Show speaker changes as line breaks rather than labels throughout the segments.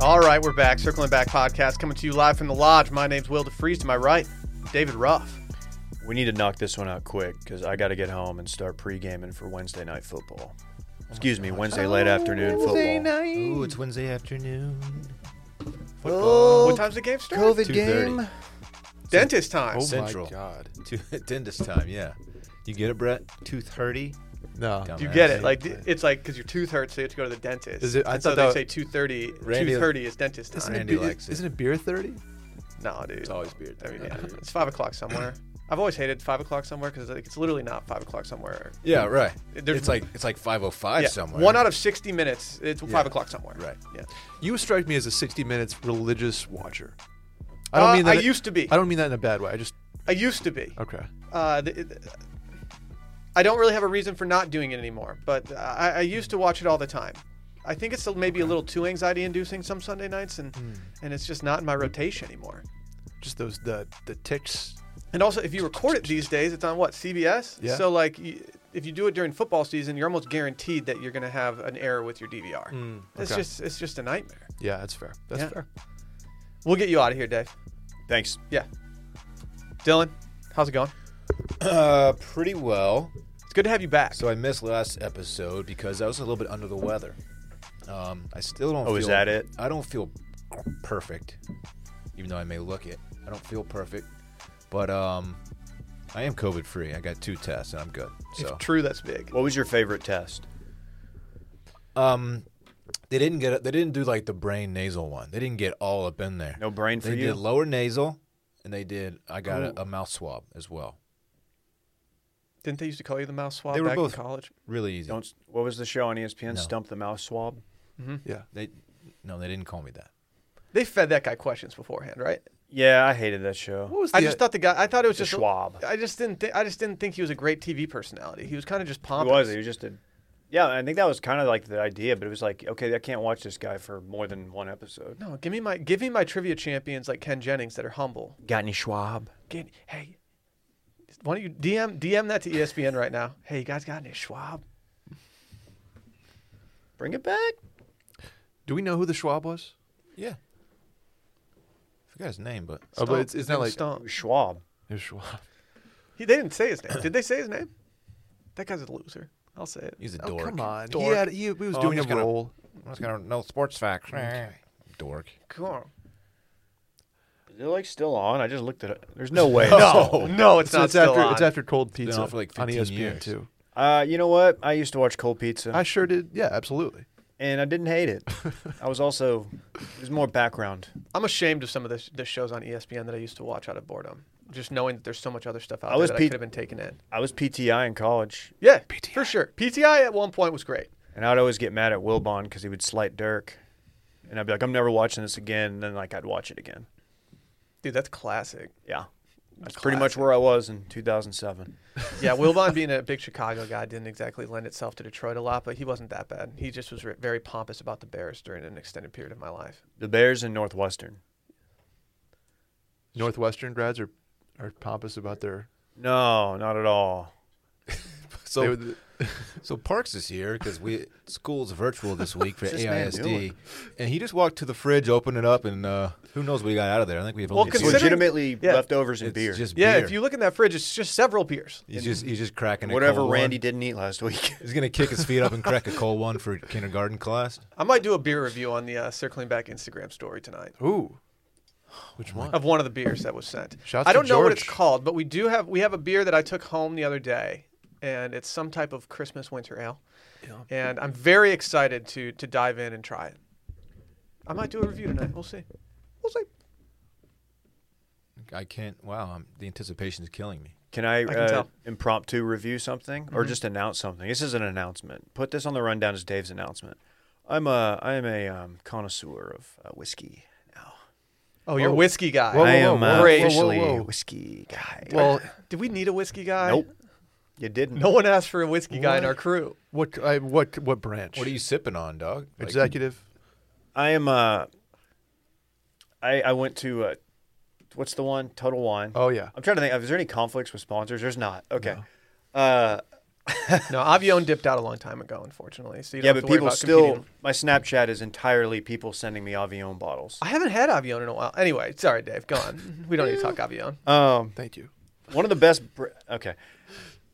right, we're back. Circling Back podcast coming to you live from the lodge. My name's Will DeFreeze. To my right, David Ruff.
We need to knock this one out quick because I got to get home and start pre-gaming for Wednesday night football. Excuse me, Wednesday late afternoon
Wednesday
football.
night.
Ooh, it's Wednesday afternoon.
Football.
Oh,
what time's the game start?
COVID
2:30.
game.
Dentist time.
Oh
Central.
my god. To dentist time, yeah. You get it, Brett? Two thirty.
No.
Do you get it? Like it's like because your tooth hurts, so you have to go to the dentist.
Is it- I
And so
thought
they
that-
say two thirty.
Randy-
Two thirty is dentist time.
Isn't
Randy
it, be-
likes it.
isn't it beer 30?
No, dude. It's
always beer
I mean, yeah, it's five o'clock somewhere. I've always hated five o'clock somewhere because like, it's literally not five o'clock somewhere.
Yeah, right.
There's-
it's like it's like five oh five somewhere.
One out of sixty minutes, it's five o'clock somewhere.
Right.
Yeah.
You strike me as a 60 Minutes religious watcher. I don't
Uh,
mean that.
I used to be.
I don't mean that in a bad way. I just.
I used to be.
Okay.
Uh, th- th- I don't really have a reason for not doing it anymore, but uh, I, I used to watch it all the time. I think it's maybe a little too anxiety-inducing some Sunday nights, and
Hmm.
and it's just not in my rotation anymore.
Just those the the ticks.
And also, if you record it these days, it's on what CBS.
Yeah.
So like, you, if you do it during football season, you're almost guaranteed that you're going to have an error with your DVR. It's
Hmm, okay.
just it's just a nightmare.
Yeah, that's fair. That's
Yeah.
fair.
We'll get you out of here, Dave.
Thanks.
Yeah. Dylan, how's it going?
Uh, pretty well.
It's good to have you back.
So I missed last episode because I was a little bit under the weather. Um, I still don't.
Oh,
feel,
is that it?
I don't feel perfect, even though I may look it. I don't feel perfect, but um, I am COVID free. I got two tests and I'm good. So
If true, that's big.
What was your favorite test?
um, they didn't get. They didn't do like the brain nasal one. They didn't get all up in there.
No brain for
they
you?
did lower nasal, and they did. I got a, a mouth swab as well.
Didn't they used to call you the mouse swab
They were
back
both-
in college?
Really easy.
Don't. What was the show on E ESPN? Stump the mouse swab.
mm-hmm.
Yeah.
They no, they didn't call me that.
They fed that guy questions beforehand, right?
Yeah, I hated that show.
was
I just thought the guy. I thought it was
The
just a-
Schwab.
I just didn't. Th- I just didn't think he was a great TV personality. He was kind of just
Who
pompous.
was it? He was just a. Yeah, I think that was kind of like the idea, but it was like, okay, I can't watch this guy for more than one episode.
No, give me my give me my trivia champions like Ken Jennings that are humble.
Got any Schwab?
Get, hey, why don't you DM DM that to E ESPN right now? Hey, you guys got any Schwab?
Bring it back.
Do we know who the Schwab was?
Yeah. I forgot his name, but
Oh, but it's, it's not like
Stump.
Schwab.
It was Schwab.
He, they didn't say his name. Did they say his name? That guy's a loser. I'll say it.
he's a
Oh,
dork.
come on. He,
Dork.
had, he, he was
Oh, I'm
doing a
just gonna-
role.
I'm just gonna know sports facts. dork.
Come on.
Is it like still on? I just looked at it. There's no way.
No, no, it's
So
not
it's
still
after
on.
it's after cold pizza
on for like
on E
15
ESPN
years.
too.
Uh, you know what? I used to watch Cold Pizza,
I sure did. Yeah, absolutely.
and I didn't hate it. I was also it was more background.
I'm ashamed of some of the, the shows on E ESPN that I used to watch out of boredom. Just knowing that there's so much other stuff out
I
there
was
that I
Pete-
could have been taken in.
I was PTI in college,
Yeah, for sure. PTI at one point was great.
and I'd always get mad at Wilbon because he would slight Dirk, and I'd be like, "I'm never watching this again." And then like I'd watch it again.
Dude, that's classic.
Yeah, that's pretty much where I was in 2007.
Yeah, Wilbon being a big Chicago guy didn't exactly lend itself to Detroit a lot, but he wasn't that bad. He just was re- very pompous about the Bears during an extended period of my life.
The Bears and Northwestern.
Northwestern grads are are pompous about their.
No, not at all.
they
So,
would-
so Parks is here because we school's virtual this week for
this man
AISD, and he just walked to the fridge, opened it up, and uh, who knows what he got out of there. I think we have
Well,
only two-
It's
Considering-
legitimately
yeah.
leftovers and
It's
beer.
just
Yeah,
beer.
if you look in that fridge, it's just several beers.
he's just he's just cracking a
whatever
cold
Randy
One.
didn't eat last week.
He's gonna kick his feet up and crack a cold one for kindergarten class.
I might do a beer review on the uh, Circling Back Instagram story tonight
Ooh. Which one?
of one of the beers that was sent.
Shouts
I
to
don't know what it's
George.
called, but we do have we have a beer that I took home the other day, and it's some type of Christmas winter ale. And I'm very excited to to dive in and try it. I might do a review tonight. We'll see. We'll see.
I can't. Wow, I'm, the anticipation is killing me.
Can I,
can
uh,
tell. Mm-hmm.
impromptu review something or just announce something? This is an announcement. Put this on the rundown as Dave's announcement. I'm a I am a um, connoisseur of uh, whiskey now.
Oh, you're a whiskey guy.
Whoa,
I am
whoa,
uh,
whoa, whoa,
officially
whoa.
a whiskey guy.
Well,
Did we need a whiskey guy?
nope, you didn't.
No one asked for a whiskey guy in
What?
our crew.
what I, what what branch?
What are you sipping on, dog? Like,
executive?
I am. Uh, I I went to uh, what's the one Total Wine.
Oh yeah.
I'm trying to think. Is there any conflicts with sponsors? There's not. Okay. Uh,
no, Avion dipped out a long time ago, unfortunately. So you don't
yeah,
have
but
to worry
people
about
still.
competing.
My Snapchat is entirely people sending me Avion bottles.
I haven't had Avion in a while. Anyway, sorry, Dave. Go on. We don't need to talk Avion.
Um,
Thank you.
one of the best. Br- okay,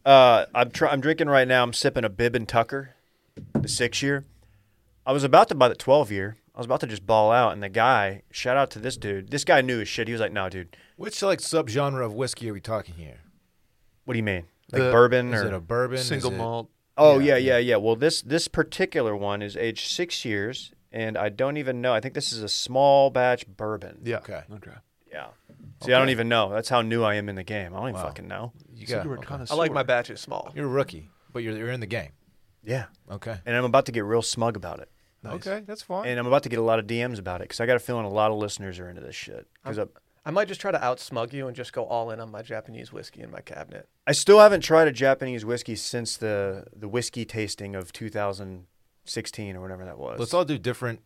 uh, I'm try- I'm drinking right now. I'm sipping a Bib and Tucker, the six year. I was about to buy the twelve year. I was about to just ball out, and the guy, shout out to this dude. This guy knew his shit. He was like, "No, dude,
Which like subgenre of whiskey are we talking here?
what do you mean? Like
The-
bourbon
Is
or
it a bourbon?
Single
Is it-
malt.
Oh yeah, yeah, yeah, Well, this this particular one is aged six years, and I don't even know. I think this is a small batch bourbon.
Yeah.
Okay.
Okay.
Yeah. See, I don't even know. That's how new I am in the game. I don't even fucking know.
You
So
got.
you were a
okay.
connoisseur.
I like my batches small.
You're a rookie, but you're you're in the game.
Yeah.
Okay.
And I'm about to get real smug about it,
Okay, that's fine.
and I'm about to get a lot of DMs about it because I got a feeling a lot of listeners are into this shit. Because I,
I might just try to outsmug you and just go all in on my Japanese whiskey in my cabinet.
I still haven't tried a Japanese whiskey since the the whiskey tasting of 2016 or whatever that was.
Let's all do different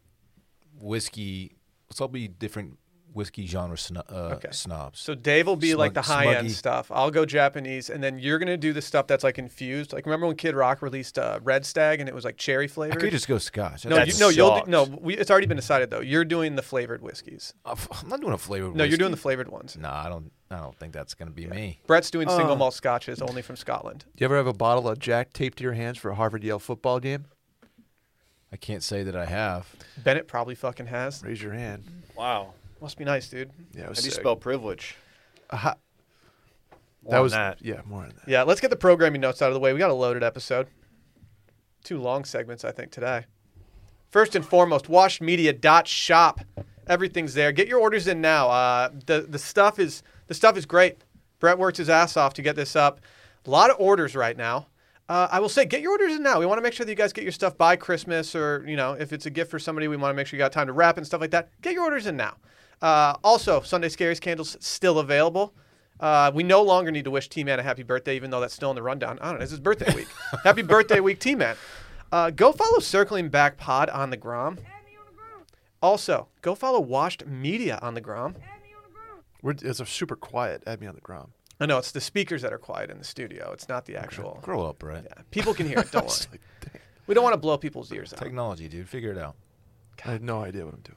whiskey. Let's all be different whiskey genre sno- uh,
Okay.
snobs.
So Dave will be like
Smug-
the high end
smuggy.
stuff. I'll go Japanese, and then you're gonna do the stuff that's like infused. Like remember when Kid Rock released uh, Red Stag and it was like cherry
I
flavored.
could just go scotch.
no,
That's-
you,
That
no, you'll do,
sucks.
no. We, it's already been decided though. You're doing the flavored whiskeys.
Uh, f- I'm not doing a flavor.
No, you're doing the flavored ones.
No, I don't. I don't think that's gonna be me.
Brett's doing single malt scotches only from Scotland.
You ever have a bottle of Jack taped to your hands for a Harvard Yale football game?
I can't say that I have.
Bennett probably fucking has.
Raise your hand.
wow.
Must be nice, dude.
Yeah, it was
How do you
sick.
spell privilege?
Uh,
Aha.
More
That
on
was
that.
yeah, more on that.
Yeah, let's get the programming notes out of the way. We got a loaded episode. Two long segments, I think, today. First and foremost, washmedia.shop. Everything's there. Get your orders in now. Uh, the the stuff is the stuff is great. Brett worked his ass off to get this up. A lot of orders right now. Uh, I will say, get your orders in now. We want to make sure that you guys get your stuff by Christmas, or you know, if it's a gift for somebody, we want to make sure you got time to wrap and stuff like that. Get your orders in now. Uh, also, Sunday Scaries candles still available. Uh, we no longer need to wish T Man a happy birthday, even though that's still in the rundown. I don't know. It's his birthday week. happy birthday week, T Man. Uh, go follow Circling Back Pod on the Grom. Also, go follow Washed Media on the Grom.
We're, it's a super quiet. Add me on the ground.
I know it's the speakers that are quiet in the studio. It's not the actual.
Grow up, Brett.
Yeah, people can hear it. Don't
It's
worry.
like, dang,
We don't want to blow people's ears out.
Technology, dude. Figure it out.
I have no idea what I'm doing.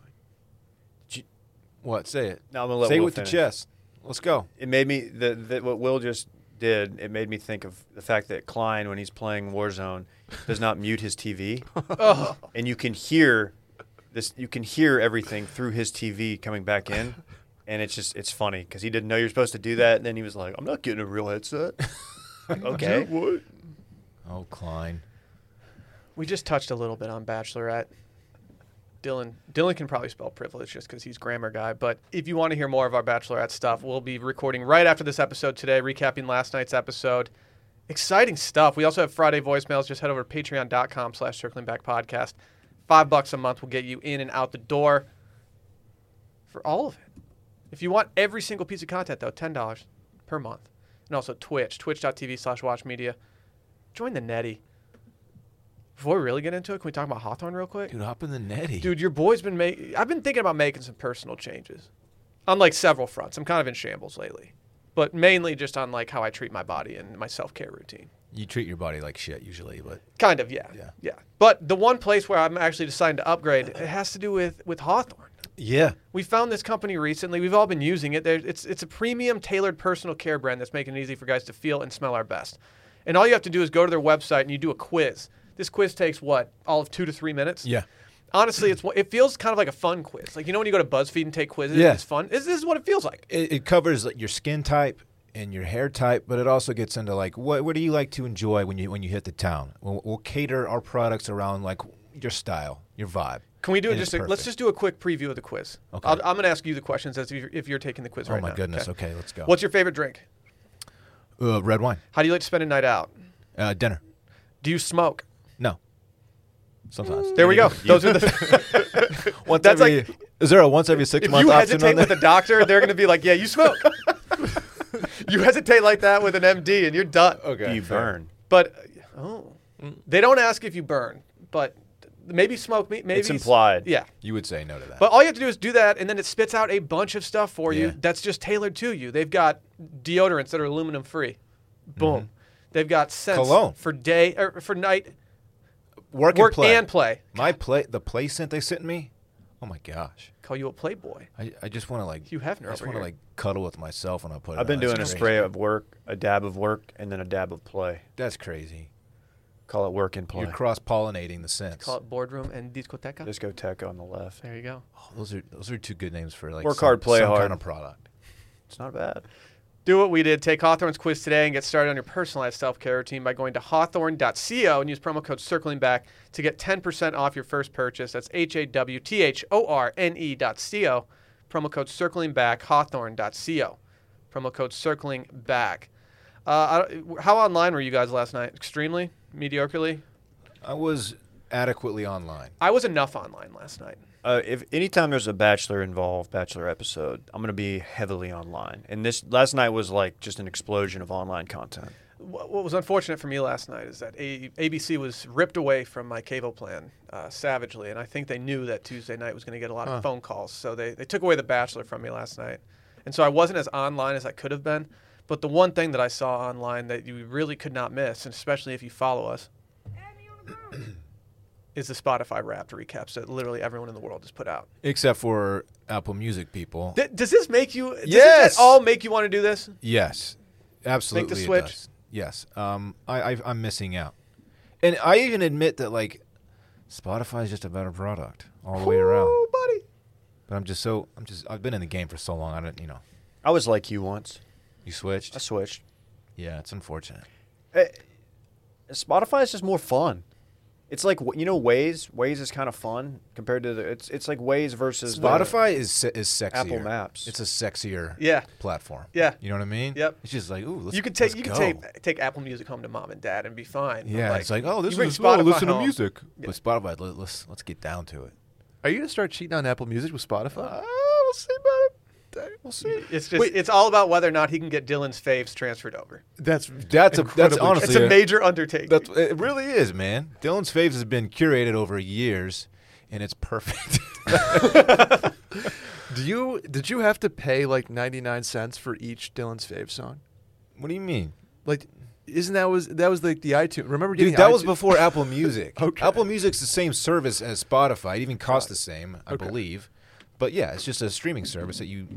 What? Say it.
No, I'm gonna let
say
Will
it with
finish.
the chest. Let's go.
it made me the, the what Will just did. It made me think of the fact that Klein, when he's playing Warzone, does not mute his TV,
Oh,
and you can hear this. You can hear everything through his TV coming back in, and it's just it's funny because he didn't know you're supposed to do that, and then he was like, "I'm not getting a real headset." okay,
What?
Oh, Klein.
We just touched a little bit on Bachelorette. Dylan Dylan can probably spell privilege just because he's grammar guy. But if you want to hear more of our Bachelorette stuff, we'll be recording right after this episode today, recapping last night's episode. Exciting stuff. We also have Friday voicemails. Just head over to patreon.com slash circling back podcast. Five bucks a month will get you in and out the door for all of it. If you want every single piece of content, though, $10 per month. And also Twitch, twitch.tv slash watch media. Join the netty. Before we really get into it, can we talk about Hawthorne real quick?
Dude, hop in the netty.
Dude, your boy's been making. I've been thinking about making some personal changes on like several fronts. I'm kind of in shambles lately, but mainly just on like how I treat my body and my self care routine.
You treat your body like shit usually, but
Kind of, yeah.
Yeah.
But the one place where I'm actually deciding to upgrade, it has to do with with Hawthorne.
yeah.
We found this company recently. We've all been using it. There, it's it's a premium tailored personal care brand that's making it easy for guys to feel and smell our best. And all you have to do is go to their website and you do a quiz. This quiz takes what all of two to three minutes.
Yeah.
Honestly, it's it feels kind of like a fun quiz. Like you know when you go to BuzzFeed and take quizzes,
Yeah.
it's fun. This, this is what it feels like.
It, it covers like, your skin type and your hair type, but it also gets into like what what do you like to enjoy when you when you hit the town? We'll, we'll cater our products around like your style, your vibe.
Can we do it
And it's
just? A, let's
perfect.
just do a quick preview of the quiz.
Okay.
I'll, I'm going to ask you the questions as if you're, if you're taking the quiz
Oh
right now.
my goodness. Okay, let's go.
What's your favorite drink?
uh, red wine?
How do you like to spend a night out?
Uh, dinner?
Do you smoke?
No. Sometimes.
There we go. Those are the.
Once
That's
every,
like-
is there a once every six
if
month
you
option on
hesitate
that?
with a doctor, they're going to be like, "Yeah, you smoke." you hesitate like that with an MD, and you're done.
okay.
you burn.
But oh, they don't ask if you burn, but maybe smoke. me- Maybe
It's implied.
Yeah.
You would say no to that.
But all you have to do is do that, and then it spits out a bunch of stuff for you
Yeah.
that's just tailored to you. They've got deodorants that are aluminum free. Boom. They've got scents
Mm-hmm. Cologne.
for day or for night
Work,
work
and play.
and play.
My play, the play scent they sent me. Oh my gosh,
Call you a playboy.
I, I just want to like
Hugh Hefner
I just
over
want to
here.
like cuddle with myself when I put it.
I've been
on. Uh, That's
doing a
crazy.
spray of work, a dab of work, and then a dab of play.
That's crazy.
Call it work and play.
You're cross pollinating the scents.
Call it boardroom and discoteca.
Discoteca on the left.
There you go.
Oh, those are those are two good names for like
Work
some-
hard, play
some
hard.
kind of product.
It's not bad.
Do what we did. Take Hawthorne's quiz today and get started on your personalized self care routine by going to hawthorne.co and use promo code circling back to get 10% off your first purchase. That's H A W T H O R N E dot co. Promo code circling back, hawthorne.co. Promo code circling back. Uh, I- how online were you guys last night? Extremely? Mediocrely?
I was adequately online.
I was enough online last night.
Uh, if anytime there's a bachelor involved, bachelor episode, I'm gonna be heavily online. And this last night was like just an explosion of online content.
What what was unfortunate for me last night is that a- ABC was ripped away from my cable plan uh, savagely, and I think they knew that Tuesday night was going to get a lot of phone calls, so they, they took away The Bachelor from me last night. And so I wasn't as online as I could have been, but the one thing that I saw online that you really could not miss, and especially if you follow us, is the Spotify Wrapped recaps that literally everyone in the world has put out.
Except for Apple Music people.
Th- does this make you? Does
Yes!
This at all make you want to do this?
yes. Absolutely. it
switch.
does. Yes. Um I, I I'm missing out. And I even admit that like Spotify is just a better product all the way around.
Ooh, buddy.
But I'm just so I'm just I've been in the game for so long I don't you know.
I was like you once.
You
I
switched?
switched.
Yeah, it's unfortunate.
Eh, Spotify is just more fun. It's like you know Waze. Waze is kind of fun compared to the. It's it's like Waze versus the-
Spotify is se- is sexier.
Apple Maps.
It's a sexier
Yeah.
platform.
Yeah.
You know what I mean?
Yep.
It's just like, ooh, let's
you could take
let's
you
go.
could take take Apple Music home to mom and dad and be fine.
Yeah, it's like, oh, this
you bring
is oh,
Spotify
listen to
home.
music. But Spotify, let, let's let's get down to it.
Are you gonna start cheating on Apple Music with Spotify?
we'll see about
We'll see.
It's just
Wait.
it's all about whether or not he can get Dylan's faves transferred over.
That's
That's
a that's
Incredibly-
honestly
It's a
a-
major undertaking.
That's it. Really is, man. Dylan's faves has been curated over years, and it's perfect.
do you did you have to pay like ninety nine cents for each Dylan's fave song?
what do you mean,
Like, isn't that was that was like the iTunes? Remember getting
dude? That was
iTunes-
before Apple Music.
Okay.
Apple Music's the same service as Spotify. It even costs the same, I
Okay.
believe. But yeah, it's just a streaming service that you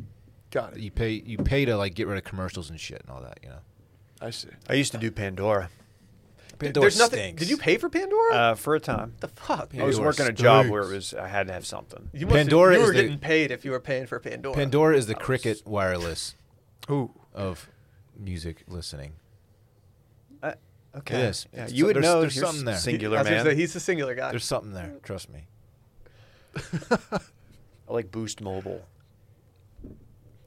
Got
that
it.
you pay you pay to like get rid of commercials and shit and all that. You know,
I see.
I used to do Pandora
Pandora
There's nothing.
stinks.
Did you pay for Pandora?
uh, for a time.
the fuck?
I was
Pandora
working a job
stinks.
where it was I had to have something.
You must have-
Pandora
You
is
were
the-
getting paid if you were paying for Pandora.
Pandora is the cricket wireless
Ooh,
of music listening.
Uh,
It
okay,
is.
Yeah,
So
you would
there's-
know.
there's
you're
something there.
Singular
I was gonna
man.
say, he's a singular guy.
There's something there. Trust me.
I like Boost Mobile.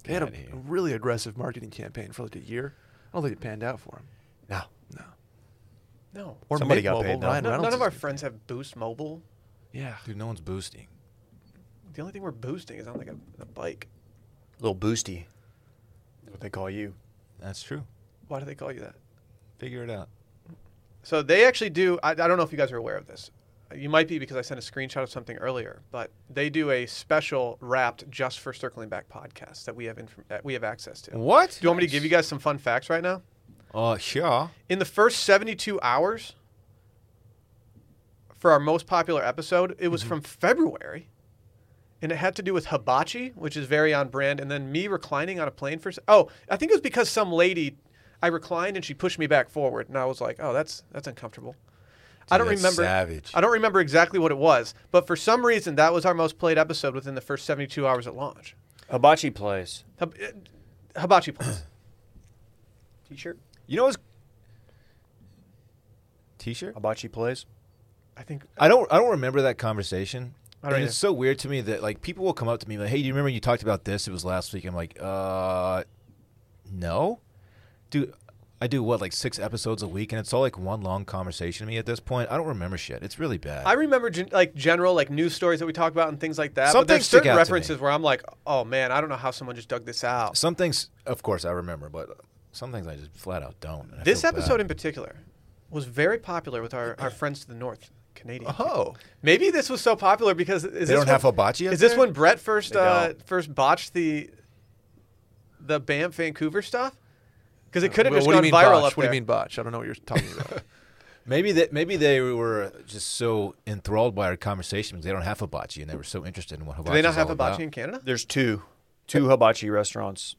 they had a,
outta here.
a really aggressive marketing campaign for like a year. I don't think it panned out for him.
No,
No.
no.
Or
Somebody
Mint
got
Mobile,
paid, though.
Ryan
No-
Reynolds
none of
is
our
good.
friends have Boost Mobile.
Yeah.
Dude, no one's boosting.
The only thing we're boosting is on like a, a bike.
little Boosty. That's What they call you?
That's true.
Why do they call you that?
Figure it out.
So they actually do. I, I don't know if you guys are aware of this. You might be because I sent a screenshot of something earlier, but they do a special wrapped just for circling back podcast that we have inf- that we have access to.
What?
Do you want me to give you guys some fun facts right now?
Uh, sure.
In the first 72 hours for our most popular episode, it
Mm-hmm.
was from February. And it had to do with hibachi, which is very on brand, and then me reclining on a plane for. s- Oh, I think it was because some lady, I reclined and she pushed me back forward, and I was like, "Oh, that's that's uncomfortable." I don't
that's
remember.
savage.
I don't remember exactly what it was, but for some reason, that was our most played episode within the first 72 hours at launch.
Hibachi plays.
Hib- uh, hibachi plays.
T-shirt.
You know what's T-shirt?
Hibachi plays.
I think
I don't. I don't remember that conversation.
I don't
and
either.
it's so weird to me that like people will come up to me like, "Hey, do you remember you talked about this? It was last week." I'm like, "Uh, no, dude." I do what like six episodes a week, and it's all like one long conversation to me at this point. I don't remember shit. It's really bad.
I remember gen- like general like news stories that we talk about and things like that.
Some
but there's
things stick
certain
out to
references
me.
where I'm like, oh man, I don't know how someone just dug this out.
some things, of course, I remember, but some things I just flat out don't. and I
This
feel bad.
episode in particular was very popular with our, our friends to the north, Canadian.
Oh.
Maybe this was so popular because is
they
this
don't have
when,
hibachi. up
Is this
there?
when Brett first
They
uh,
don't.
first botched the the Banff Vancouver stuff? because it could have
Well,
just
what
gone
do you mean
viral
botch?
up
What do
there.
you mean botch? I don't know what you're talking about.
Maybe that maybe they were just so enthralled by our conversation because they don't have hibachi and they were so interested in what hibachi.
Do they not
is
have
all
hibachi
about.
in Canada?
There's two, two hibachi restaurants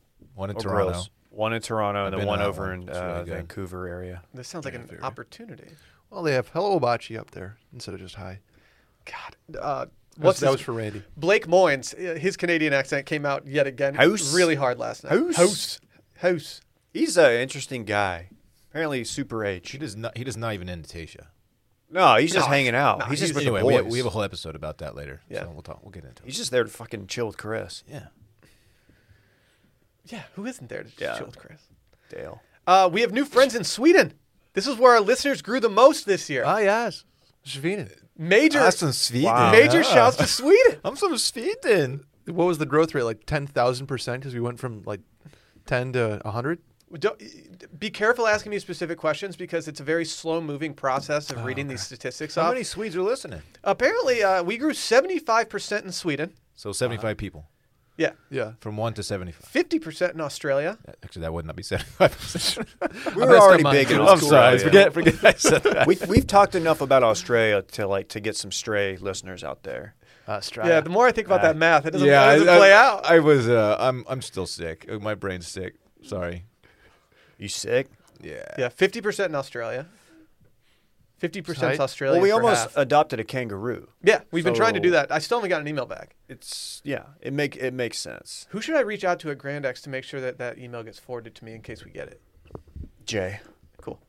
Oh,
One in
or
Toronto.
grills. One in Toronto and then
I've been
one
to that
over
one.
in
It's
uh,
really good.
Vancouver area.
This sounds like
Yeah, I
an
figured.
opportunity.
well, they have hello hibachi up there instead of just hi.
God, uh,
That's-
what's
that
his-
was for Randy?
Blake Moynes? uh, His Canadian accent came out yet again.
House.
really hard last night.
House.
house, house.
He's an interesting guy. Apparently, he's super
He
H.
does not. He does not even into Tasha.
No, he's just
No,
hanging out.
no,
he's just with
anyway,
the
we
boys.
have, we have a whole episode about that later.
Yeah.
so we'll talk. We'll get into
he's
it.
just there to fucking chill with Chris
Yeah,
Yeah, who isn't there to just
Yeah.
chill with Chris?
Dale.
Uh, we have new friends in Sweden. This is where our listeners grew the most this year.
Ah, yes. Svinen.
major,
Sweden.
Wow.
major shouts to Sweden.
I'm from Sweden.
What was the growth rate? Like 10,000%? Because we went from like 10 to 100?
Don't, be careful asking me specific questions because it's a very slow-moving process of reading these statistics
Oh, How
off.
many Swedes are listening?
Apparently, uh, we grew 75% in Sweden.
So 75
Uh-huh.
people,
Yeah,
Yeah.
from one to 75.
50% in Australia.
Actually, that would not be 75.
We
I
were
messed up
already
my-
big in
I'm
I'm
Australia.
sorry. Forget, forget I said that.
we, we've talked enough about Australia to like to get some stray listeners out there.
Yeah, the more I think about
Uh,
that math, it doesn't, it doesn't play out.
I was. Uh, I'm. I'm still sick. Uh, My brain's sick. Sorry.
You sick?
Yeah.
yeah, 50% in Australia. 50%
Right.
is Australia.
Well, we
for
almost
half.
adopted a kangaroo.
yeah, we've been trying to do
so-
that. I still haven't got an email back.
It's yeah. It make it makes sense.
Who should I reach out to at Grand X to make sure that that email gets forwarded to me in case we get it?
Jay,
Cool.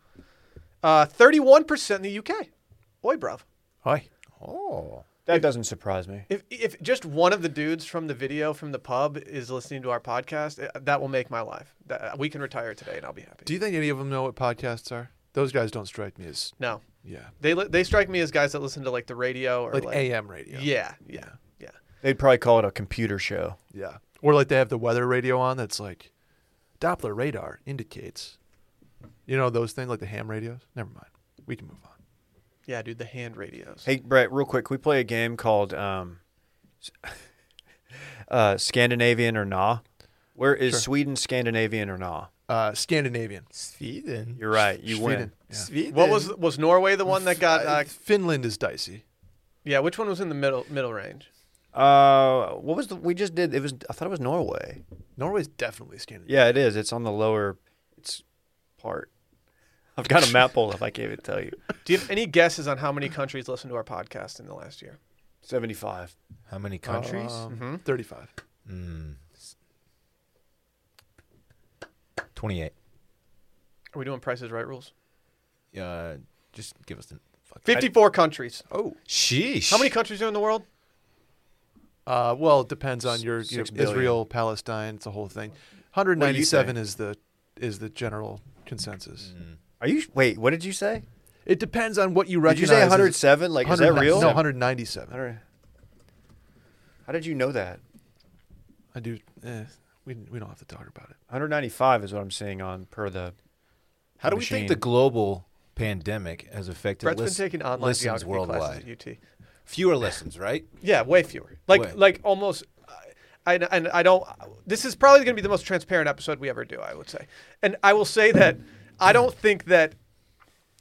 Uh, 31% in the UK. Oi, bruv.
Hi.
Oh.
that doesn't surprise me.
If, if just one of the dudes from the video from the pub is listening to our podcast, eh, that will make my life. That, uh, we can retire today and I'll be happy.
Do you think any of them know what podcasts are? Those guys don't strike me as,
no.
yeah,
They, li- they strike me as guys that listen to like the radio or
like,
like,
AM radio.
Yeah, yeah, yeah.
They'd probably call it a computer show.
Yeah. Or like they have the weather radio on that's like Doppler radar indicates. You know those things like the ham radios? Never mind. We can move on.
Yeah, dude, the hand radios.
Hey Brett, real quick, can we play a game called um, s- uh, Scandinavian or Nah? Where is
Sure.
Sweden Scandinavian or Nah?
Uh, Scandinavian.
Sweden.
You're right. You win.
Sweden. Yeah.
Sweden.
What was was Norway the one that got?
Uh,
Uh,
Finland is dicey.
yeah, which one was in the middle middle range?
Uh, what was the we just did? It was I thought it was Norway.
Norway's definitely Scandinavian.
Yeah, it is. It's on the lower, it's part. I've got a map pulled up. I can't even tell you.
Do you have any guesses on how many countries listened to our podcast in the last year?
Seventy-five.
How
Uh,
many countries?
Um,
Mm-hmm.
Mhm.
35.
mm. Twenty-eight.
Are we doing prices right rules?
Uh, just give us the. Fuck.
Fifty four countries.
Oh.
Sheesh.
How many countries are in the world?
Uh, well, it depends on your, your
Six billion.
Israel, Palestine, it's a whole thing.
do you Mm.
197
say?
is the is the general consensus.
Are you? Wait, what did you say?
It depends on what you
Did
recognize.
you say
as-
107? Like, is that
109
real?
No, 197.
100. How did you know that?
I do. Eh, we, we don't have to talk about it.
195 is what I'm seeing on per the.
How do we
machine.
think the global pandemic has affected
Brett's
lis-
been taking online
listens
geography
worldwide?
classes at UT.
Fewer listens, right?
Yeah, way fewer. Like
Way.
like almost. I, and I don't. This is probably going to be the most transparent episode we ever do. I would say, and I will say that I don't think that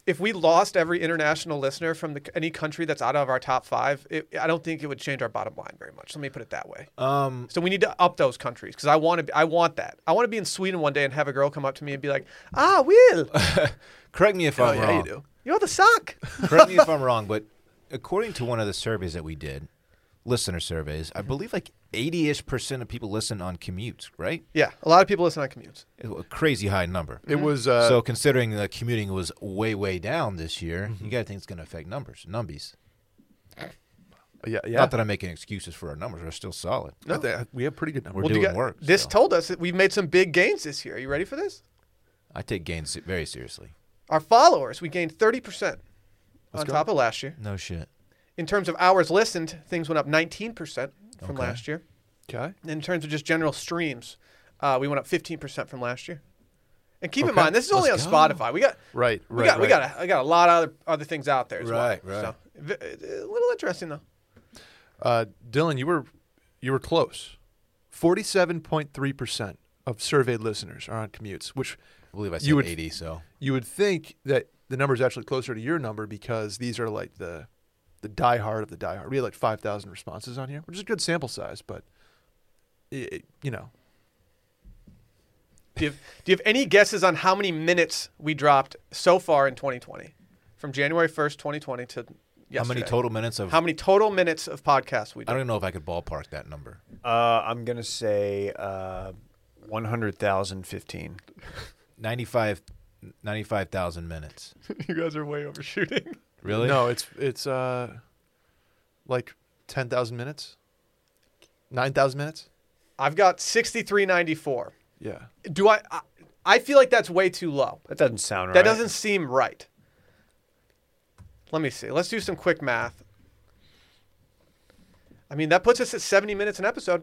if we lost every international listener from the, any country that's out of our top five, it, I don't think it would change our bottom line very much. Let me put it that way.
Um,
So we need to up those countries because I want to. I want that. I want to be in Sweden one day and have a girl come up to me and be like, "Ah, Will,
correct me if
Oh,
I'm
yeah,
wrong.
you do.
you're the sock."
correct me if I'm wrong, but according to one of the surveys that we did, listener surveys, I believe like 80ish percent of people listen on commutes, right?
yeah, a lot of people listen on commutes.
It was A crazy high number.
It
Mm-hmm.
was uh,
so considering the commuting was way way down this year,
Mm-hmm.
you got to think it's going to affect numbers, numbies.
yeah, yeah.
Not that I'm making excuses for our numbers; they're still solid.
I think- we have pretty good numbers.
We're
do you
doing
got-
work.
This
so.
told us that we've made some big gains this year. Are you ready for this?
I take gains se- very seriously.
Our followers, we gained 30% on
go.
top of last year.
No shit.
In terms of hours listened, things went up 19% from
Okay.
last year.
Okay.
In terms of just general streams, uh, we went up 15% from last year. And keep in
Okay.
mind, this is only on
Let's go.
Spotify. We got
Right, right.
we got we got
right.
a, I got a lot of other, other things out there as
Right,
well.
right.
So, v- uh, a little interesting though.
Uh, Dylan, you were you were close. Forty-seven point three percent of surveyed listeners are on commutes, which
I believe I said
You would-
80, so
you would think that the number is actually closer to your number because these are like the the diehard of the diehard. We had like five thousand responses on here, which is a good sample size, but it, it- you know,
Do you, have, do you have any guesses on how many minutes we dropped so far in 2020, from January 1st, 2020 to yesterday?
how many total minutes of
How many total minutes of podcast we
I
did?
don't even know if I could ballpark that number.
Uh, I'm gonna say uh, one hundred thousand fifteen.
95 95,000 minutes.
you guys are way overshooting.
Really?
no, it's it's uh like ten thousand minutes, nine thousand minutes.
I've got 6394.
Yeah,
Do I, I? I feel like that's way too low.
That doesn't sound right.
That doesn't seem right. Let me see. Let's do some quick math. I mean, that puts us at 70 minutes an episode.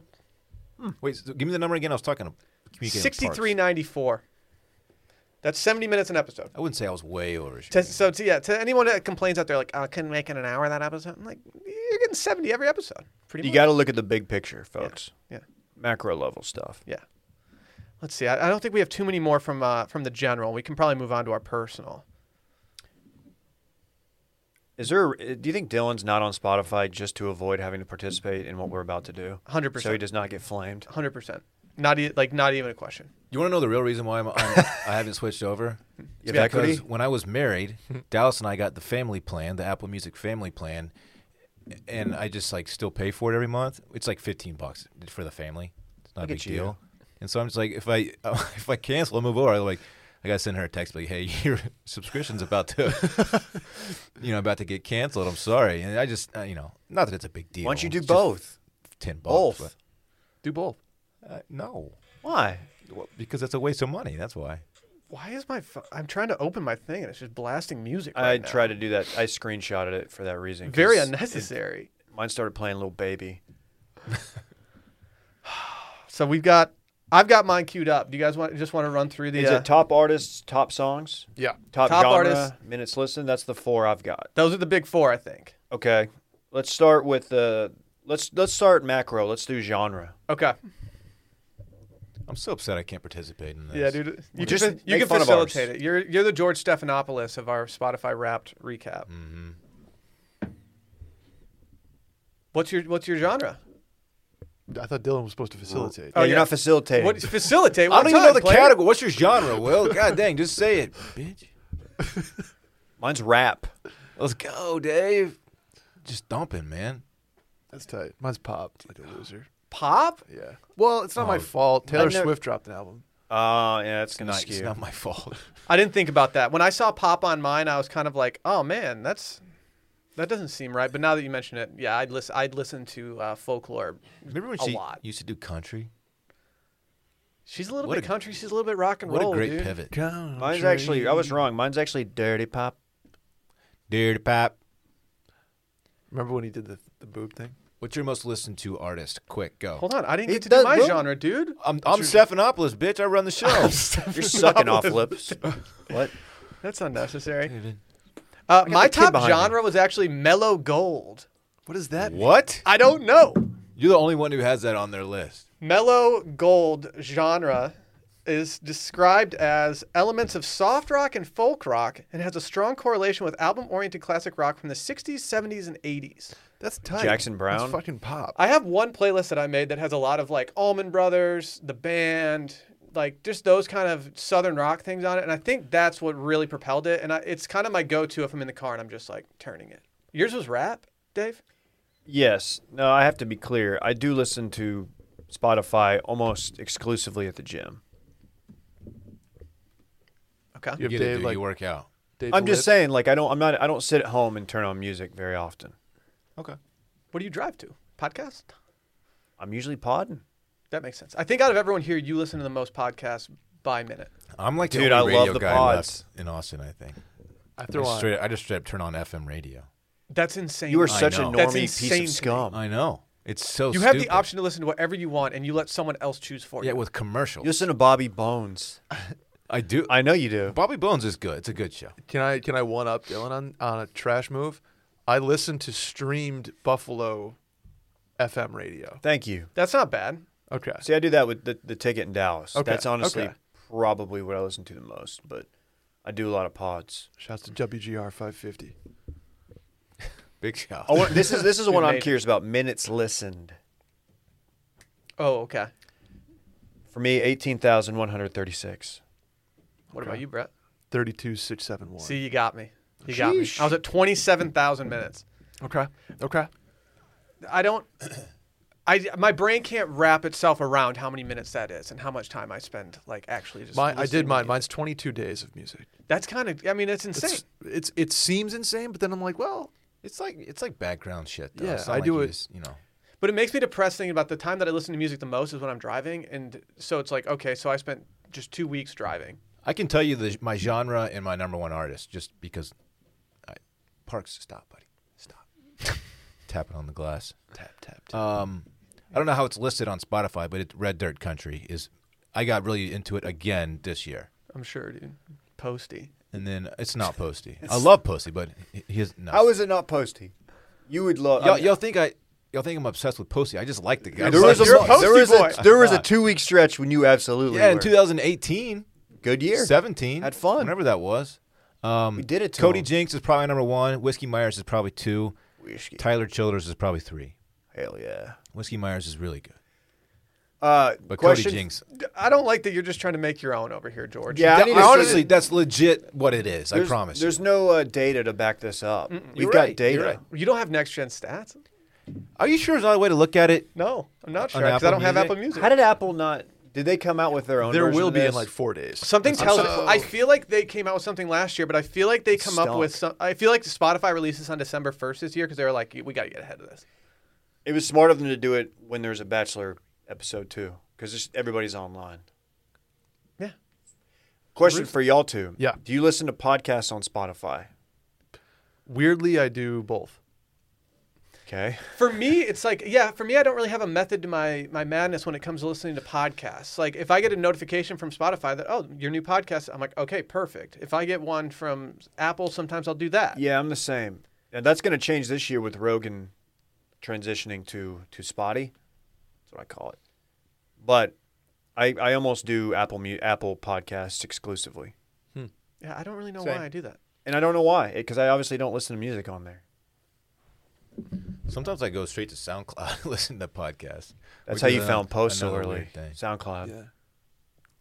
Wait, so give me the number again. I was talking to communicating with parts.
6394. That's 70 minutes an episode.
I wouldn't say I was way over.
To, so, to, yeah, to anyone that complains out there, like, "Oh, I couldn't make it an hour that episode, I'm like, you're getting 70 every episode. Pretty
You
much.
got to look at the big picture, folks.
yeah.
Macro level stuff.
Yeah. Let's see. I, I don't think we have too many more from uh, from the general. We can probably move on to our personal.
Is there? uh, Do you think Dylan's not on Spotify just to avoid having to participate in what we're about to do?
100%.
So he does not get flamed.
100%. Not e- like not even a question.
You want to know the real reason why I'm, I'm, I haven't switched over?
You have
Yeah,
equity?
because when I was married, Dallas and I got the family plan, the Apple Music family plan, and I just like still pay for it every month. It's like 15 bucks for the family. It's not
Look
a
at
big
you.
deal. And so I'm just like, if I if I cancel, I move over. I like, I gotta send her a text like, hey, your subscription's about to, you know, about to get canceled. I'm sorry, and I just, uh, you know, not that it's a big deal.
Why don't you do
It's just
both?
Ten bucks.
Both.
do both.
but, uh, no,
Why?
Well, because that's a waste of money. That's why.
Why is my pho- I'm trying to open my thing and it's just blasting music. Right
I
now.
tried to do that. I screenshotted it for that reason. 'cause
Very unnecessary.
Mine started playing "Little Baby."
So we've got I've got mine queued up. Do you guys want just want to run through the?
Is
uh,
it top artists, top songs,
Yeah,
top,
Top
genre,
artists.
minutes listened? That's the four I've got.
those are the big four, I think.
Okay, let's start with the let's let's start macro. Let's do genre.
Okay.
I'm so upset I can't participate in this.
Yeah, dude. You
Just
can, fa- you
make
can
fun of ours.
facilitate it. You're you're the George Stephanopoulos of our Spotify Wrapped recap.
Mm-hmm.
What's your What's your genre?
I thought Dylan was supposed to facilitate.
Oh,
Oh, you're
yeah.
not facilitating.
What facilitate?
I
What
don't even know the
player?
category. What's your genre, Will? God dang, just say it, bitch.
Mine's rap.
Let's go, Dave. Just dumping, man.
That's tight. Mine's pop, like a loser.
Pop.
Yeah. Well, it's not my
Oh.
fault. Taylor
I've never-
Swift dropped an album.
Oh, yeah, it's
It's
gonna
not,
skew.
it's not my fault.
I didn't think about that. When I saw pop on mine, I was kind of like, oh man, that's that doesn't seem right. But now that you mention it, yeah, I'd listen. I'd listen to uh, folklore.
Remember when
A
she
lot.
used to do country?
She's a little
What
bit
a-
country. She's a little bit rock and
What
roll.
a great
dude.
pivot.
Mine's actually. I was wrong. Mine's actually dirty pop.
Dirty Pap.
Remember when he did the the boob thing?
What's your most listened to artist? Quick, go.
Hold on, I didn't
He
get to
does-
do my
Will-
genre, dude.
I'm, I'm Stephanopoulos, bitch. I run the show.
You're sucking off lips. What?
That's unnecessary. Uh,
got
my
the kid
top
behind me.
genre was actually mellow gold.
What is that?
what?
I don't know.
You're the only one who has that on their list.
Mellow gold genre is described as elements of soft rock and folk rock and has a strong correlation with album oriented classic rock from the 60s, 70s, and 80s.
That's tight.
Jackson Brown?
That's fucking pop.
I have one playlist that I made that has a lot of like Allman Brothers, the band, like just those kind of southern rock things on it, and I think that's what really propelled it. And I, it's kind of my go-to if I'm in the car and I'm just like turning it. Yours was rap, Dave.
Yes. No, I have to be clear. I do listen to Spotify almost exclusively at the gym.
Okay.
You have
You,
Dave,
do,
like,
you work out.
Dave
I'm just
Litt.
saying, like, I don't. I'm not. I don't sit at home and turn on music very often.
Okay.
What do you drive to? Podcast.
I'm usually podding.
That makes sense. I think out of everyone here, you listen to the most podcasts by minute.
I'm like the
Dude,
only
I love
radio
the
guy
pods.
left in Austin, I think.
I
I
throw
just,
on.
straight, I just straight up turn on FM radio.
That's insane.
You are
to me.
such a
know.
That's
normie piece
insane to me.
of scum.
I know. It's so
You have the
stupid.
option to listen to whatever you want, and you let someone else choose for
Yeah,
you.
with commercials.
You listen to Bobby Bones.
I do.
I know you do.
Bobby Bones is good. It's a good show.
Can I can I one up Dylan on on a trash move? I listened to streamed Buffalo FM radio.
Thank you.
That's not bad.
Okay.
See, I do that with the, the ticket in Dallas.
Okay,
That's honestly
okay.
probably what I listen to the most, but I do a lot of pods.
Shouts to WGR 550.
Big shot.
I want, this is this is the
Good
one I'm
name.
curious about. Minutes listened.
Oh, okay.
For me, 18,136.
What
Okay.
about you, Brett?
32671.
See, you got me. You got me. I was at 27,000 minutes.
Okay. Okay.
I don't. I my brain can't wrap itself around how many minutes that is and how much time I spend like actually just.
My, I
listening
did
to
mine.
music.
Mine's 22 days of music.
That's kind of. I mean, that's insane.
It's, it's it seems insane, but then I'm like, well,
It's like it's like background shit. Though.
Yeah,
It's not
I
like
do
you
it-
just, you know.
But it makes me depressed thinking about the time that I listen to music the most is when I'm driving, and so it's like okay, so I spent just two weeks driving.
I can tell you the, my genre and my number one artist just because. I, Parks, stop, buddy, stop. Tapping on the glass.
tap tap tap.
Um, I don't know how it's listed on Spotify, but it, Red Dirt Country is. I got really into it again this year,
I'm sure, dude. Posty.
and then it's not Posty. I love Posty, but he, he is no.
is it not posty? You would love.
y'all, y'all think I? Y'all think I'm obsessed with Posty? I just like the guy.
there was a, Uh,
You're a
mo-
Posty
there was
boy.
a there was a
I'm not.
two week stretch when you absolutely
yeah, in
were.
2018,
good year.
17,
Had fun.
whenever that was. Um,
We did it to
Cody
him.
Jinks is probably number one. Whiskey Myers is probably two.
Whiskey.
Tyler Childers is probably three.
Hell yeah.
Whiskey Myers is really good,
Uh,
but
question,
Cody Jinks.
D- I don't like that you're just trying to make your own over here, George.
Yeah, I need to-
honestly, that's legit what it is. I
there's-
promise. you.
There's no uh, data to back this up. We've
You're
got
right,
data.
you're right.
You don't have next gen stats?
Are you sure there's another way to look at it?
No, I'm not sure
On
because I
Apple
don't have
Music?
Apple Music.
How did Apple not? Did they come out with their own?
there
version
will
of
be in
this?
like four days.
Something tells me. I feel like they came out with something last year, but I feel like they come up with some.
stunk.
I feel like Spotify released this on December 1st this year because they were like, we got to get ahead of this.
It was smart of them to do it when there's a Bachelor episode too, because everybody's online.
Yeah.
Question for y'all two.
Yeah.
Do you listen to podcasts on Spotify?
Weirdly, I do both.
Okay.
For me, it's like, yeah, for me, I don't really have a method to my, my madness when it comes to listening to podcasts. Like, if I get a notification from Spotify that, oh, your new podcast, I'm like, okay, perfect. If I get one from Apple, sometimes I'll do that.
Yeah, I'm the same. And that's going to change this year with Rogan transitioning to to Spotty. That's what I call it. But I I almost do Apple mu- Apple podcasts exclusively,
Yeah, I don't really know
Same.
why I do that.
and I don't know why, because I obviously don't listen to music on there.
Sometimes I go straight to SoundCloud, listen to podcasts.
That's
which
how
is
you
ano-
found posts so
another
early.
weird thing.
SoundCloud.
Yeah.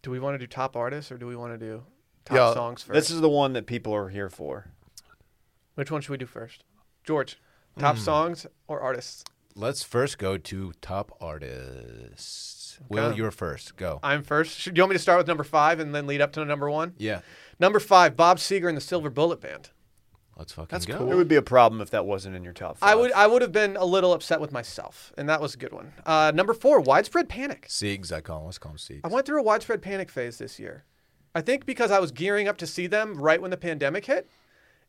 Do we want to do top artists or do we want to do top
Yeah,
songs first?
This is the one that people are here for.
Which one should we do first? George, top
Hmm.
songs or artists?
Let's first go to top artists. Will,
Okay.
you're first. Go.
I'm first. Should, do you want me to start with number five and then lead up to number one?
yeah.
Number five, Bob Seger and the Silver Bullet Band.
Let's fucking
That's
go.
cool.
It would be a problem if that wasn't in your top five.
I would I would have been a little upset with myself, and that was a good one. Uh, number four, Widespread Panic.
Siegs, I call him. Let's call him Siegs.
I went through a widespread panic phase this year. I think because I was gearing up to see them right when the pandemic hit,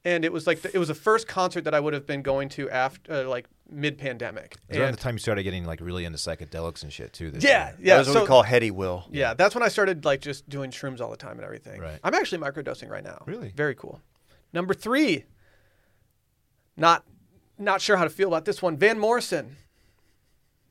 and it was like the, it was the first concert that I would have been going to after uh, like mid pandemic.
It's around the time you started getting like really into psychedelics and shit too. This
Yeah,
year.
yeah.
That was what
so-
we call heady will.
Yeah, that's when I started like just doing shrooms all the time and everything.
Right.
I'm actually microdosing right now.
Really?
Very cool. Number three. Not not sure how to feel about this one. Van Morrison.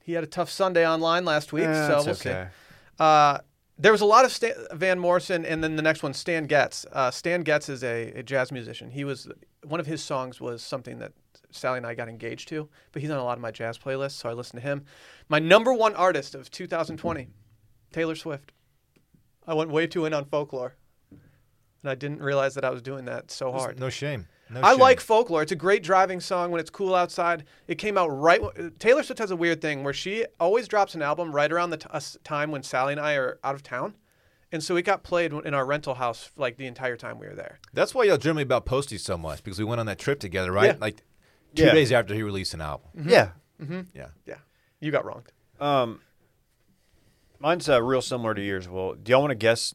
He had a tough Sunday online last week,
Eh,
so
it's
we'll
okay.
see. Uh, there was a lot of Stan, Van Morrison, and then the next one, Stan Getz. Uh, Stan Getz is a, a jazz musician. He was one of his songs was something that Sally and I got engaged to, but he's on a lot of my jazz playlists, so I listen to him. My number one artist of 2020, Taylor Swift. I went way too in on folklore, and I didn't realize that I was doing that so hard.
No shame. No
I
shame.
like folklore. It's a great driving song when it's cool outside. It came out right. w- Taylor Swift has a weird thing where she always drops an album right around the t- us- time when Sally and I are out of town, and so it got played in our rental house like the entire time we were there.
That's why y'all dream me about Posty so much because we went on that trip together, right?
Yeah.
Like two
Yeah.
days after he released an album.
Mm-hmm.
Yeah.
Yeah.
Yeah, you got wronged.
Um, mine's uh, real similar to yours. Will do y'all want to guess?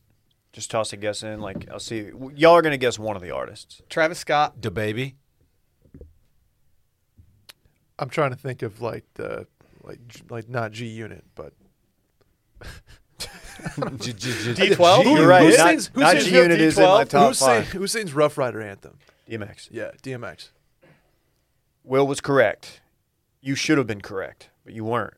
Just toss a guess in. Like I'll see. Y'all are gonna guess one of the artists.
Travis Scott.
Da baby.
I'm trying to think of like the like like not G Unit, but
D12?
Who-
You're right.
who
not
sings- who
not
sings
G Unit is in my
D12?
top
who, sing,
five.
who sings Rough Rider anthem?
DMX.
Yeah, DMX.
Will was correct. You should have been correct, but you weren't.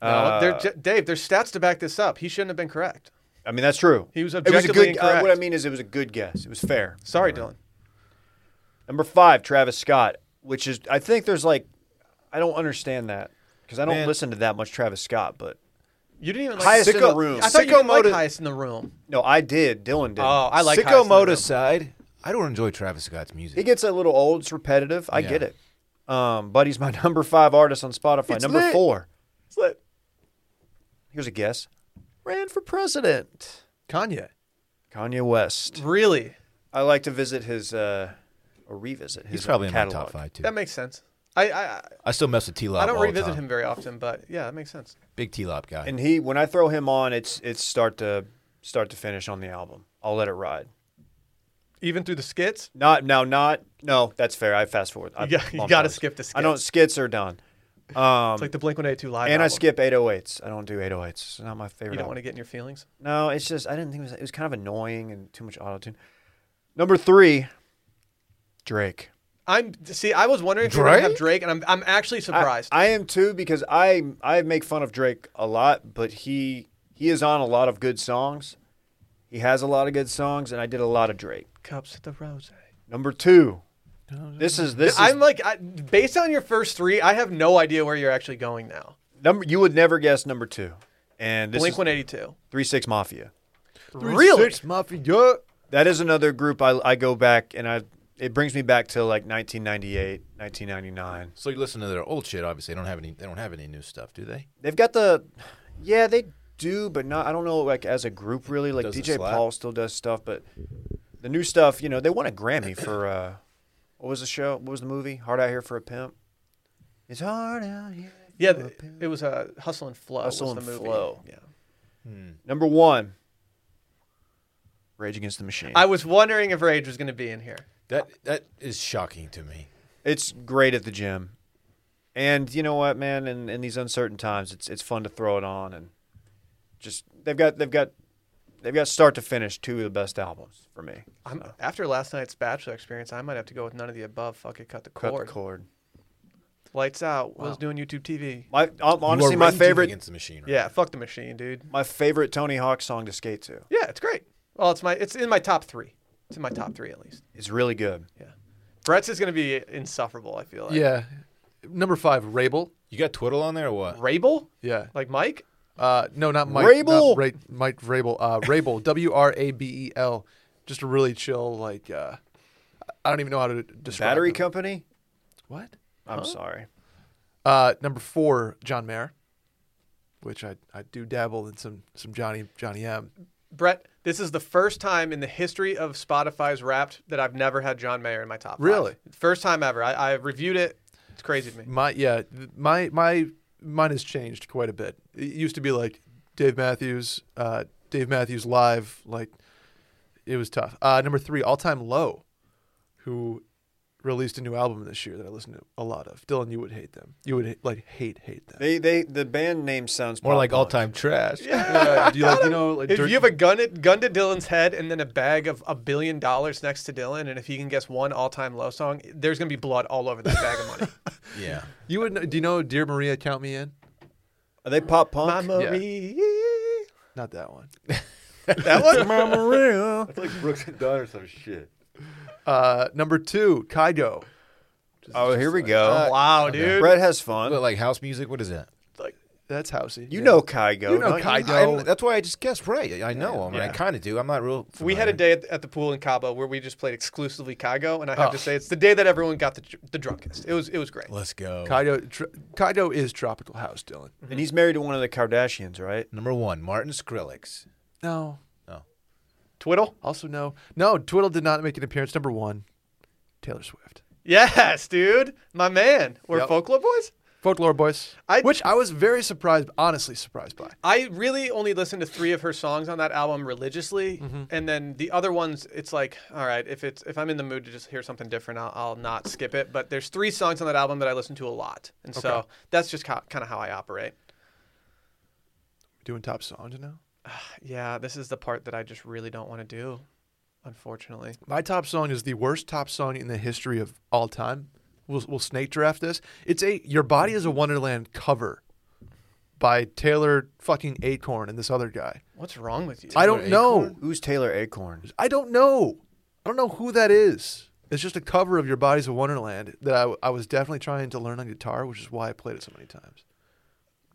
No,
Uh,
they're, J- Dave, there's stats to back this up. He shouldn't have been correct.
I mean, that's true.
He was
It a
objectively
good. uh,
incorrect.
what I mean is, it was a good guess. It was fair.
Sorry, Dylan.
Number five, Travis Scott, which is I think there's like I don't understand that because I don't
Man.
listen to that much Travis Scott, but
You didn't even like
highest in the
Sicko-
room.
I thought you
Sicko
didn't like
mode is-
highest in the room.
no, I did. Dylan did.
Oh, I like highest
Sicko
in the
mode
room.
aside, I don't enjoy Travis Scott's music.
It gets a little old. It's repetitive. I
Yeah.
get it. Um, but he's my number five artist on Spotify.
It's
number
lit.
four. Here's a guess. Ran for president.
Kanye.
Kanye West.
Really?
I like to visit his uh, or revisit his
He's probably in my
catalog.
top five too.
That makes sense. I I,
I still mess with T Lop.
I don't revisit him very often, but yeah, that makes sense.
Big T Lop guy.
And he, when I throw him on, it's it's start to start to finish on the album. I'll let it ride.
Even through the skits,
Not now, not no. That's fair. I fast forward. I
You got- you
bump
gotta
those.
skip the
I don't skits are done. Um,
it's like the Blink One Eight Two live.
and I
album.
skip 808s. I don't do 808s. It's not my favorite.
You don't
album.
want to get in your feelings.
No, it's just I didn't think it was. It was kind of annoying and too much auto tune. Number three, Drake.
I'm see. I was wondering if you were gonna have
Drake?
Drake, and I'm I'm actually
I-
surprised.
I, am too because I I make fun of Drake a lot, but he he is on a lot of good songs. He has a lot of good songs, and I did a lot of Drake.
Cups of the rose.
Number two, this is this is
I'm like, I, based on your first three, I have no idea where you're actually going now.
number. You would never guess number two, and this
Blink
is
182.
Three Six Mafia.
Really?
Six Mafia.
That is another group I I go back and I it brings me back to like 1998, 1999.
so you listen to their old shit. Obviously, they don't have any. They don't have any new stuff, do they?
They've got the, yeah, they do, but not. I don't know, like as a group, really. Like
Doesn't
DJ
slap.
Paul still does stuff, but the new stuff, you know, they won a Grammy for uh, what was the show? What was the movie? Hard out here for a pimp. It's hard out here.
Yeah,
for a
th-
pimp.
it was uh, Hustle and Flow.
Hustle
was
and
the movie.
Flow.
Yeah.
Hmm.
Number one, Rage Against the Machine.
I was wondering if Rage was going to be in here.
That that is shocking to me.
it's great at the gym, and you know what, man? In in these uncertain times, it's it's fun to throw it on and just they've got they've got they've got start to finish two of the best albums for me.
I'm, after last night's bachelor experience, I might have to go with none of the above. Fuck it, cut the
Cut
cord.
the cord.
Lights out. Will's doing YouTube TV.
My um, honestly,
You are
my
raging
favorite,
against the machine. right?
Yeah, fuck the machine, dude.
my favorite Tony Hawk song to skate to.
Yeah, it's great. Well, it's my it's in my top three. It's in my top three at least.
It's really good.
Yeah. Brett's is going to be insufferable. I feel like.
Yeah. Number five, Rabel.
You got Twiddle on there or what?
Rabel,
Yeah.
like Mike.
Uh, no, not Mike.
Rabel.
Not Ra- Mike Rabel. Uh, Rabel. W R A B E L. Just a really chill, like, uh, I don't even know how to describe
Battery
them.
Company.
What?
I'm sorry.
Uh, number four, John Mayer, which I, I do dabble in some some Johnny Johnny M.
Brett, this is the first time in the history of Spotify's Wrapped that I've never had John Mayer in my top. five.
Really?
First time ever. I, I reviewed it. It's crazy to me.
My yeah, th- my my mine has changed quite a bit. It used to be like Dave Matthews, uh, Dave Matthews live. Like it was tough. Uh, number three, all time low, who released a new album this year that I listened to a lot of. Dylan, you would hate them. You would hate, like hate hate them.
They they the band name sounds
More
pop
like
punk.
all time trash.
Yeah, uh, do you like you know like
If
dirt-
you have a gun at gun to Dylan's head and then a bag of a billion dollars next to Dylan, and if he can guess one all-time low song, there's gonna be blood all over that bag of money.
Yeah.
you would know- do you know Dear Maria Count Me In?
Are they pop punk?
My Marie.
Not that one.
That was Mama Ria.
It's like Brooks and Dunn or some shit.
Uh, number two, Kygo.
Oh, here we go.
wow, dude.
Brett has fun.
But like house music, what is that?
Like that's Housey.
you
yeah.
know Kygo.
You know
don't
Kygo.
I'm- that's why I just guessed right. I know him. and I
Yeah.
kind of do. I'm not real.
We had a
familiar.
day at, at the pool in Cabo where we just played exclusively Kygo, and I have to say it's the day that everyone got the, dr- the drunkest. It was it was great.
Let's go.
Kygo. Tr- Kygo is tropical house, Dylan.
And he's married to one of the Kardashians, right?
Number one, Martin Skrillex.
No.
Twiddle.
Also no. No. Twiddle did not make an appearance. Number one, Taylor Swift.
Yes, dude, my man. We're
Yep.
folklore boys.
Folklore boys.
I-
which I was very surprised, honestly surprised by.
I really only listened to three of her songs on that album religiously, and then the other ones. It's like, all right, if it's if I'm in the mood to just hear something different, I'll, I'll not skip it. But there's three songs on that album that I listen to a lot, and so that's just kind of how I operate.
Doing top songs now.
Yeah, this is the part that I just really don't want to do, unfortunately.
My top song is the worst top song in the history of all time. We'll, we'll snake draft this. It's a Your Body is a Wonderland cover by Taylor fucking Acorn and this other guy.
What's wrong with you?
I don't know.
Who's Taylor Acorn?
I don't know. I don't know who that is. It's just a cover of Your Bodies of Wonderland that I, I was definitely trying to learn on guitar, which is why I played it so many times.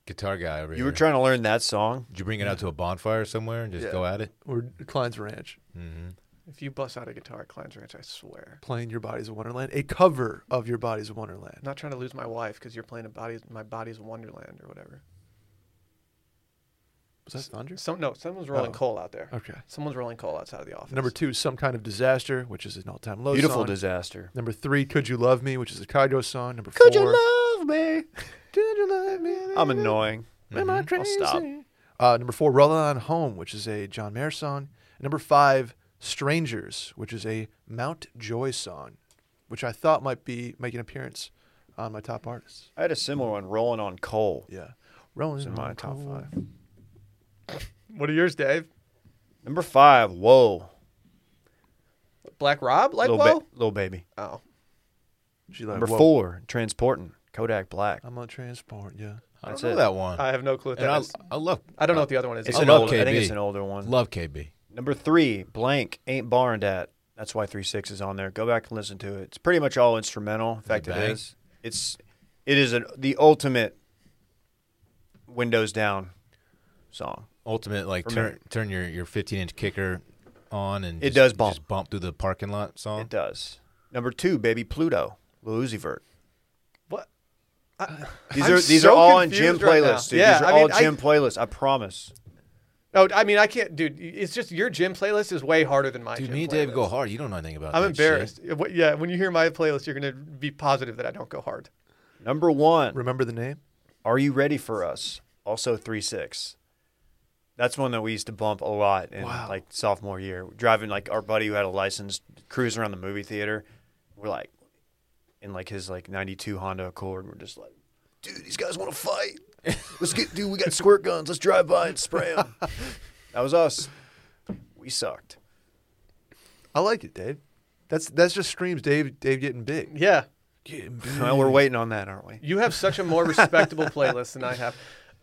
Guitar guy over
You
here.
were trying to learn that song.
Did you bring it out to a bonfire somewhere and just
Yeah.
go at it?
Or Klein's Ranch,
If you bust out a guitar at Klein's Ranch, I swear.
playing Your Bodies of Wonderland, a cover of Your Bodies of
I'm
Wonderland.
not trying to lose my wife because you're playing a body, my body's Wonderland or whatever.
Was that Thunder?
Some no, someone's rolling
Oh.
coal out there.
Okay.
Someone's rolling coal outside of the office.
Number two, Some Kind of Disaster, which is an all time low
Beautiful
song.
disaster.
Number three, Could You Love Me, which is a Kygo song. Number Could four,
love me?
Could You Love Me?
I'm annoying.
Am I
I'll stop.
crazy? Mm-hmm. Uh, number four, Roll On Home, which is a John Mayer song. And number five, Strangers, which is a Mount Joy song, which I thought might be making an appearance on my top artists.
I had a similar one, Rolling on Coal.
Yeah. Rolling
in my
on
top
coal.
five.
What are yours, Dave?
Number five, Whoa.
Black Rob, like
Little,
whoa.
ba- Little Baby.
oh,
She like,
Number
"Whoa,
four, Transporting. Kodak Black.
I'm on transport, yeah.
I don't
That's
know
it.
that one.
I have no clue what
and
that
I,
is.
I love
I don't know what the other one is.
It's
I
an
love
old, I think
KB.
it's an older one.
love KB.
Number three, blank ain't barned at. That's why three six is on there. Go back and listen to it. It's pretty much all instrumental. In fact, it
bang?
is. It's it is an, the ultimate Windows down song.
Ultimate like
For
turn
me.
turn your your 15 inch kicker on and
It
just-
does bump.
just bump through the parking lot song.
It does. Number two, baby Pluto, Lil Uzi Vert.
What?
These
I'm
are these
so
are all on gym
confused right now.
playlists, dude.
Yeah,
these are
I
all
mean, I-
gym playlists. I promise.
Oh, I mean, I can't, dude. It's just your gym playlist is way harder than my.
Dude,
gym
me and Dave
playlist.
go hard. You don't know anything about.
I'm
that
embarrassed.
Shit.
Yeah, wh- Yeah, when you hear my playlist, you're gonna be positive that I don't go hard.
Number one,
Remember the name?
are you ready for us? Also three six. That's one that we used to bump a lot in
Wow.
like sophomore year. Driving like our buddy who had a license, cruising around the movie theater. We're like in like his like ninety two Honda Accord. We're just like, dude, these guys want to fight. Let's get, dude, we got squirt guns. Let's drive by and spray them. that was us. We sucked.
I like it, Dave. That's that's just screams Dave Dave getting big.
Yeah,
Getting big.
Well, we're waiting on that, aren't we?
you have such a more respectable playlist than I have.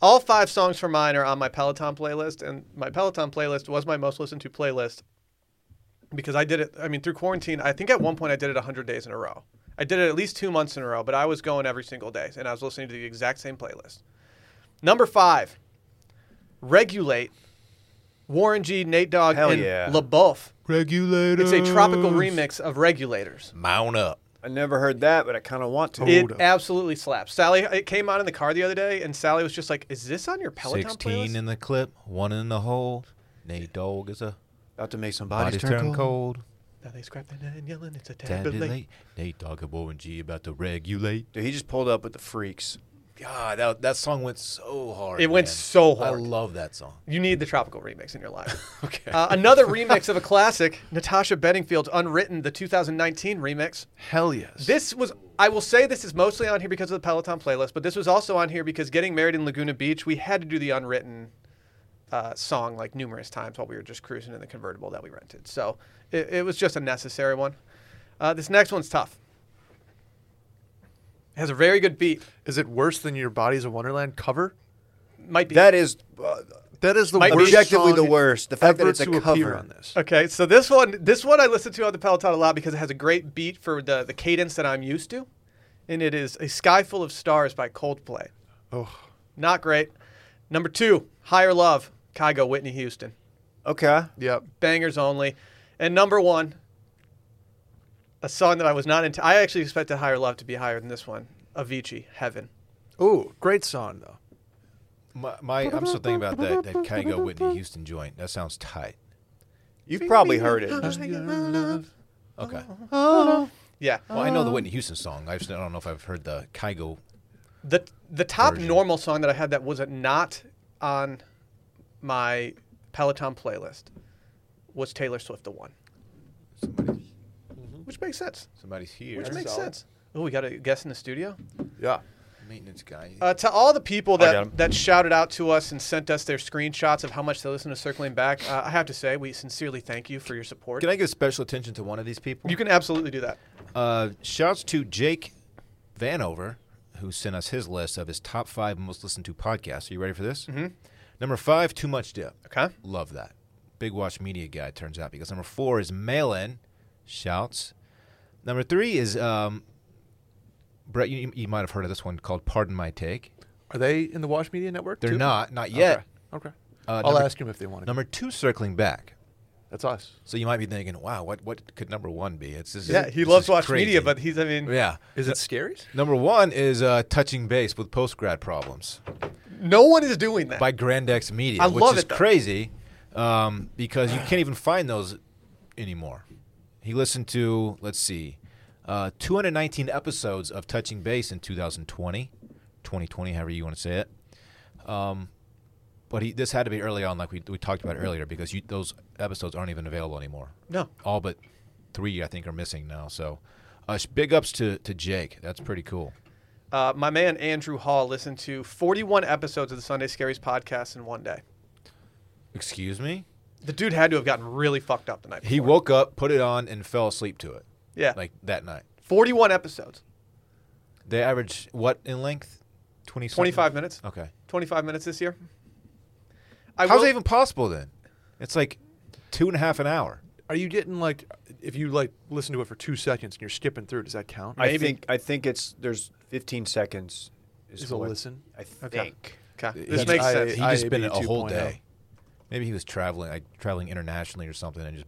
All five songs for mine are on my Peloton playlist, and my Peloton playlist was my most listened to playlist because I did it. I mean, through quarantine, I think at one point I did it 100 days in a row. I did it at least two months in a row, but I was going every single day, and I was listening to the exact same playlist. Number five, Regulate, Warren G, Nate Dogg,
Hell
and
yeah.
LaBeouf.
Regulator.
It's a tropical remix of Regulators.
Mount up.
I never heard that, but I kind of want to.
It
up.
absolutely slaps. Sally, uh, it came on in the car the other day, and Sally was just like, "Is this on your Peloton
16
playlist?"
in the clip, one in the hole. Nate Dogg is a
About to make some
body
bodies,
turn cold.
now they scrap their and yelling, "It's a tad bit late."
Tabulate. Nate Dogg and Warren G about to regulate.
Dude, he just pulled up with the freaks.
God, that, that song went so hard.
It went
man.
so hard.
I love that song.
You need the tropical remix in your life.
Okay.
uh, another remix of a classic, Natasha Bedingfield's "Unwritten," the 2019 remix.
Hell yes.
This was, I will say, this is mostly on here because of the Peloton playlist, but this was also on here because getting married in Laguna Beach, we had to do the unwritten uh, song like numerous times while we were just cruising in the convertible that we rented. So it, it was just a necessary one. Uh, this next one's tough. It has a very good beat.
is it worse than your Bodies of Wonderland cover?
Might be
That is uh,
That is the
Might be-
worst
objectively the
song
worst. The fact that
ever
it's a
to appear
cover.
on this.
Okay, so this one, this one I listen to on the Peloton a lot because it has a great beat for the the cadence that I'm used to, and it is "A Sky Full of Stars" by Coldplay.
Oh.
not great. Number two, "Higher Love," Kygo Whitney Houston,
okay.
Yep.
bangers only, and number one, a song that I was not into. I actually expected "Higher Love" to be higher than this one. Avicii, "Heaven."
Ooh, great song though.
My, my I'm still thinking about that that Kygo Whitney Houston joint. That sounds tight.
You've probably heard it. Just-
Okay.
Yeah,
Well, I know the Whitney Houston song. I just I don't know if I've heard the Kygo.
the the top
version.
normal song that I had that was not on my Peloton playlist was Taylor Swift the one,
Somebody,
which makes sense.
somebody's here.
Which makes sense. Oh, we got a guest in the studio.
Yeah.
Maintenance guy.
Uh, to all the people
got 'em.
that, that shouted out to us and sent us their screenshots of how much they listen to Circling Back, uh, I have to say we sincerely thank you for your support.
Can I give special attention to one of these people?
you can absolutely do that.
Uh, shouts to Jake Vanover, who sent us his list of his top five most listened to podcasts. Are you ready for this? Mm-hmm. Number five, Too Much Dip.
Okay.
Love that. Big Watch Media guy, it turns out, because number four is Mail In, Shouts. Number three is, um, Brett, you, you might have heard of this one called Pardon My Take.
Are they in the Wash Media Network?
They're
too?
not, not yet.
Okay. okay.
Uh,
I'll
number-
ask him if they want to.
Number two, Circling Back.
That's us.
So you might be thinking, wow, what, what could number one be? It's this
Yeah, he
this
loves
is
Watch
crazy.
Media, but he's, I mean,
Yeah.
Is it scary?
Number one is uh, Touching Base with Post Grad Problems.
no one is doing that.
by Grandex Media,
I
which
love
is
it, though.
crazy um, because you can't even find those anymore. He listened to, let's see, uh, 219 episodes of Touching Base in 2020, 2020, however you want to say it. Um, but he, this had to be early on, like we, we talked about earlier, because you, those episodes aren't even available anymore.
No.
All but three, I think, are missing now. So uh, sh- big ups to, to Jake. That's pretty cool.
Uh, my man Andrew Hall listened to 41 episodes of the Sunday Scaries podcast in one day.
Excuse me?
The dude had to have gotten really fucked up the night before.
He woke up, put it on, and fell asleep to it.
Yeah.
Like that night.
41 episodes.
They average what in length? 20 something?
25 minutes.
Okay.
25 minutes this year. I
Oh. How's
will-
that even possible then? It's like two and a half an hour.
Are you getting like if you like listen to it for two seconds and you're skipping through? Does that count?
I think I think it's there's 15 seconds.
Is a
what
listen?
I think.
Okay. Okay.
He-
This makes
I-
sense.
He just spent
IAB
a whole
2.0.
day. oh. Maybe he was traveling, like traveling internationally or something, and just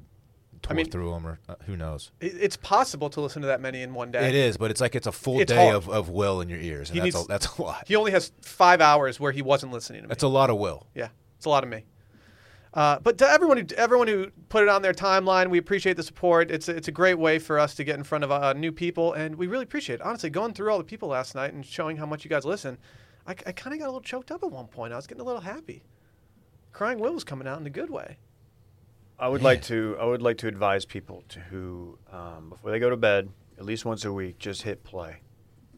tore
mean-
through him, or uh, who knows?
It- It's possible to listen to that many in one day.
It is, but it's like it's a full
It's
day
hard.
of, of will in your ears, and
He
that's
needs-
a, that's a lot.
He only has five hours where he wasn't listening to me.
That's a lot of will.
Yeah, it's a lot of me. Uh, but to everyone who everyone who put it on their timeline, we appreciate the support. It's a, it's a great way for us to get in front of uh, new people, and we really appreciate it. Honestly, going through all the people last night and showing how much you guys listen, I, kind of got a little choked up at one point. I was getting a little happy. Crying Will was coming out in a good way.
I would like to I would like to advise people to who um, before they go to bed at least once a week just hit play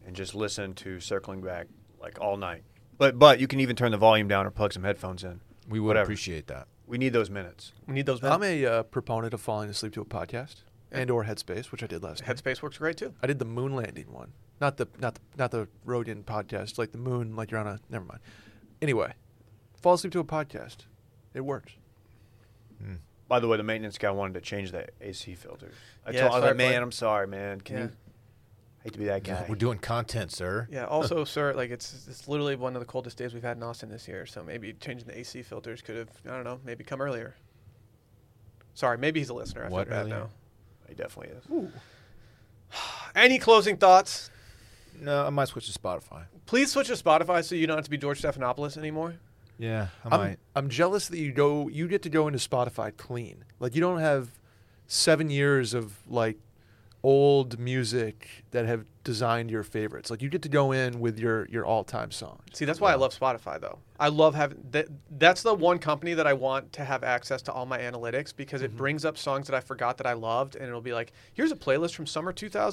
and just listen to circling back like all night. But but you can even turn the volume down or plug some headphones in.
We would
Whatever.
appreciate that.
We need those minutes.
We need those
I'm
minutes.
a uh, proponent of falling asleep to a podcast and or Headspace, which I did last. night.
Headspace works great too.
I did the moon landing one, not the not the not the Rodian podcast, like the moon, like you're on a. Never mind. Anyway, fall asleep to a podcast. It works.
Hmm.
By the way, the maintenance guy wanted to change the AC filter. I
Yeah,
told I was
sorry,
like, man,
bud."
I'm sorry, man. Can
Yeah.
you hate to be that guy?
We're doing content, sir.
Yeah. Also, sir, like it's it's literally one of the coldest days we've had in Austin this year. So maybe changing the AC filters could have I don't know maybe come earlier. Sorry, maybe he's a listener. I
What
feel bad
earlier?
now.
He definitely is.
Any closing thoughts?
No, I might switch to Spotify.
Please switch to Spotify so you don't have to be George Stephanopoulos anymore.
Yeah, I
I'm,
might.
I'm jealous that you go you get to go into Spotify clean. Like you don't have seven years of like old music that have designed your favorites. Like you get to go in with your your all time songs.
See, that's why I love Spotify though. I love having that. That's the one company that I want to have access to all my analytics because
Mm-hmm.
it brings up songs that I forgot that I loved, and it'll be like, "Here's a playlist from summer 2008,"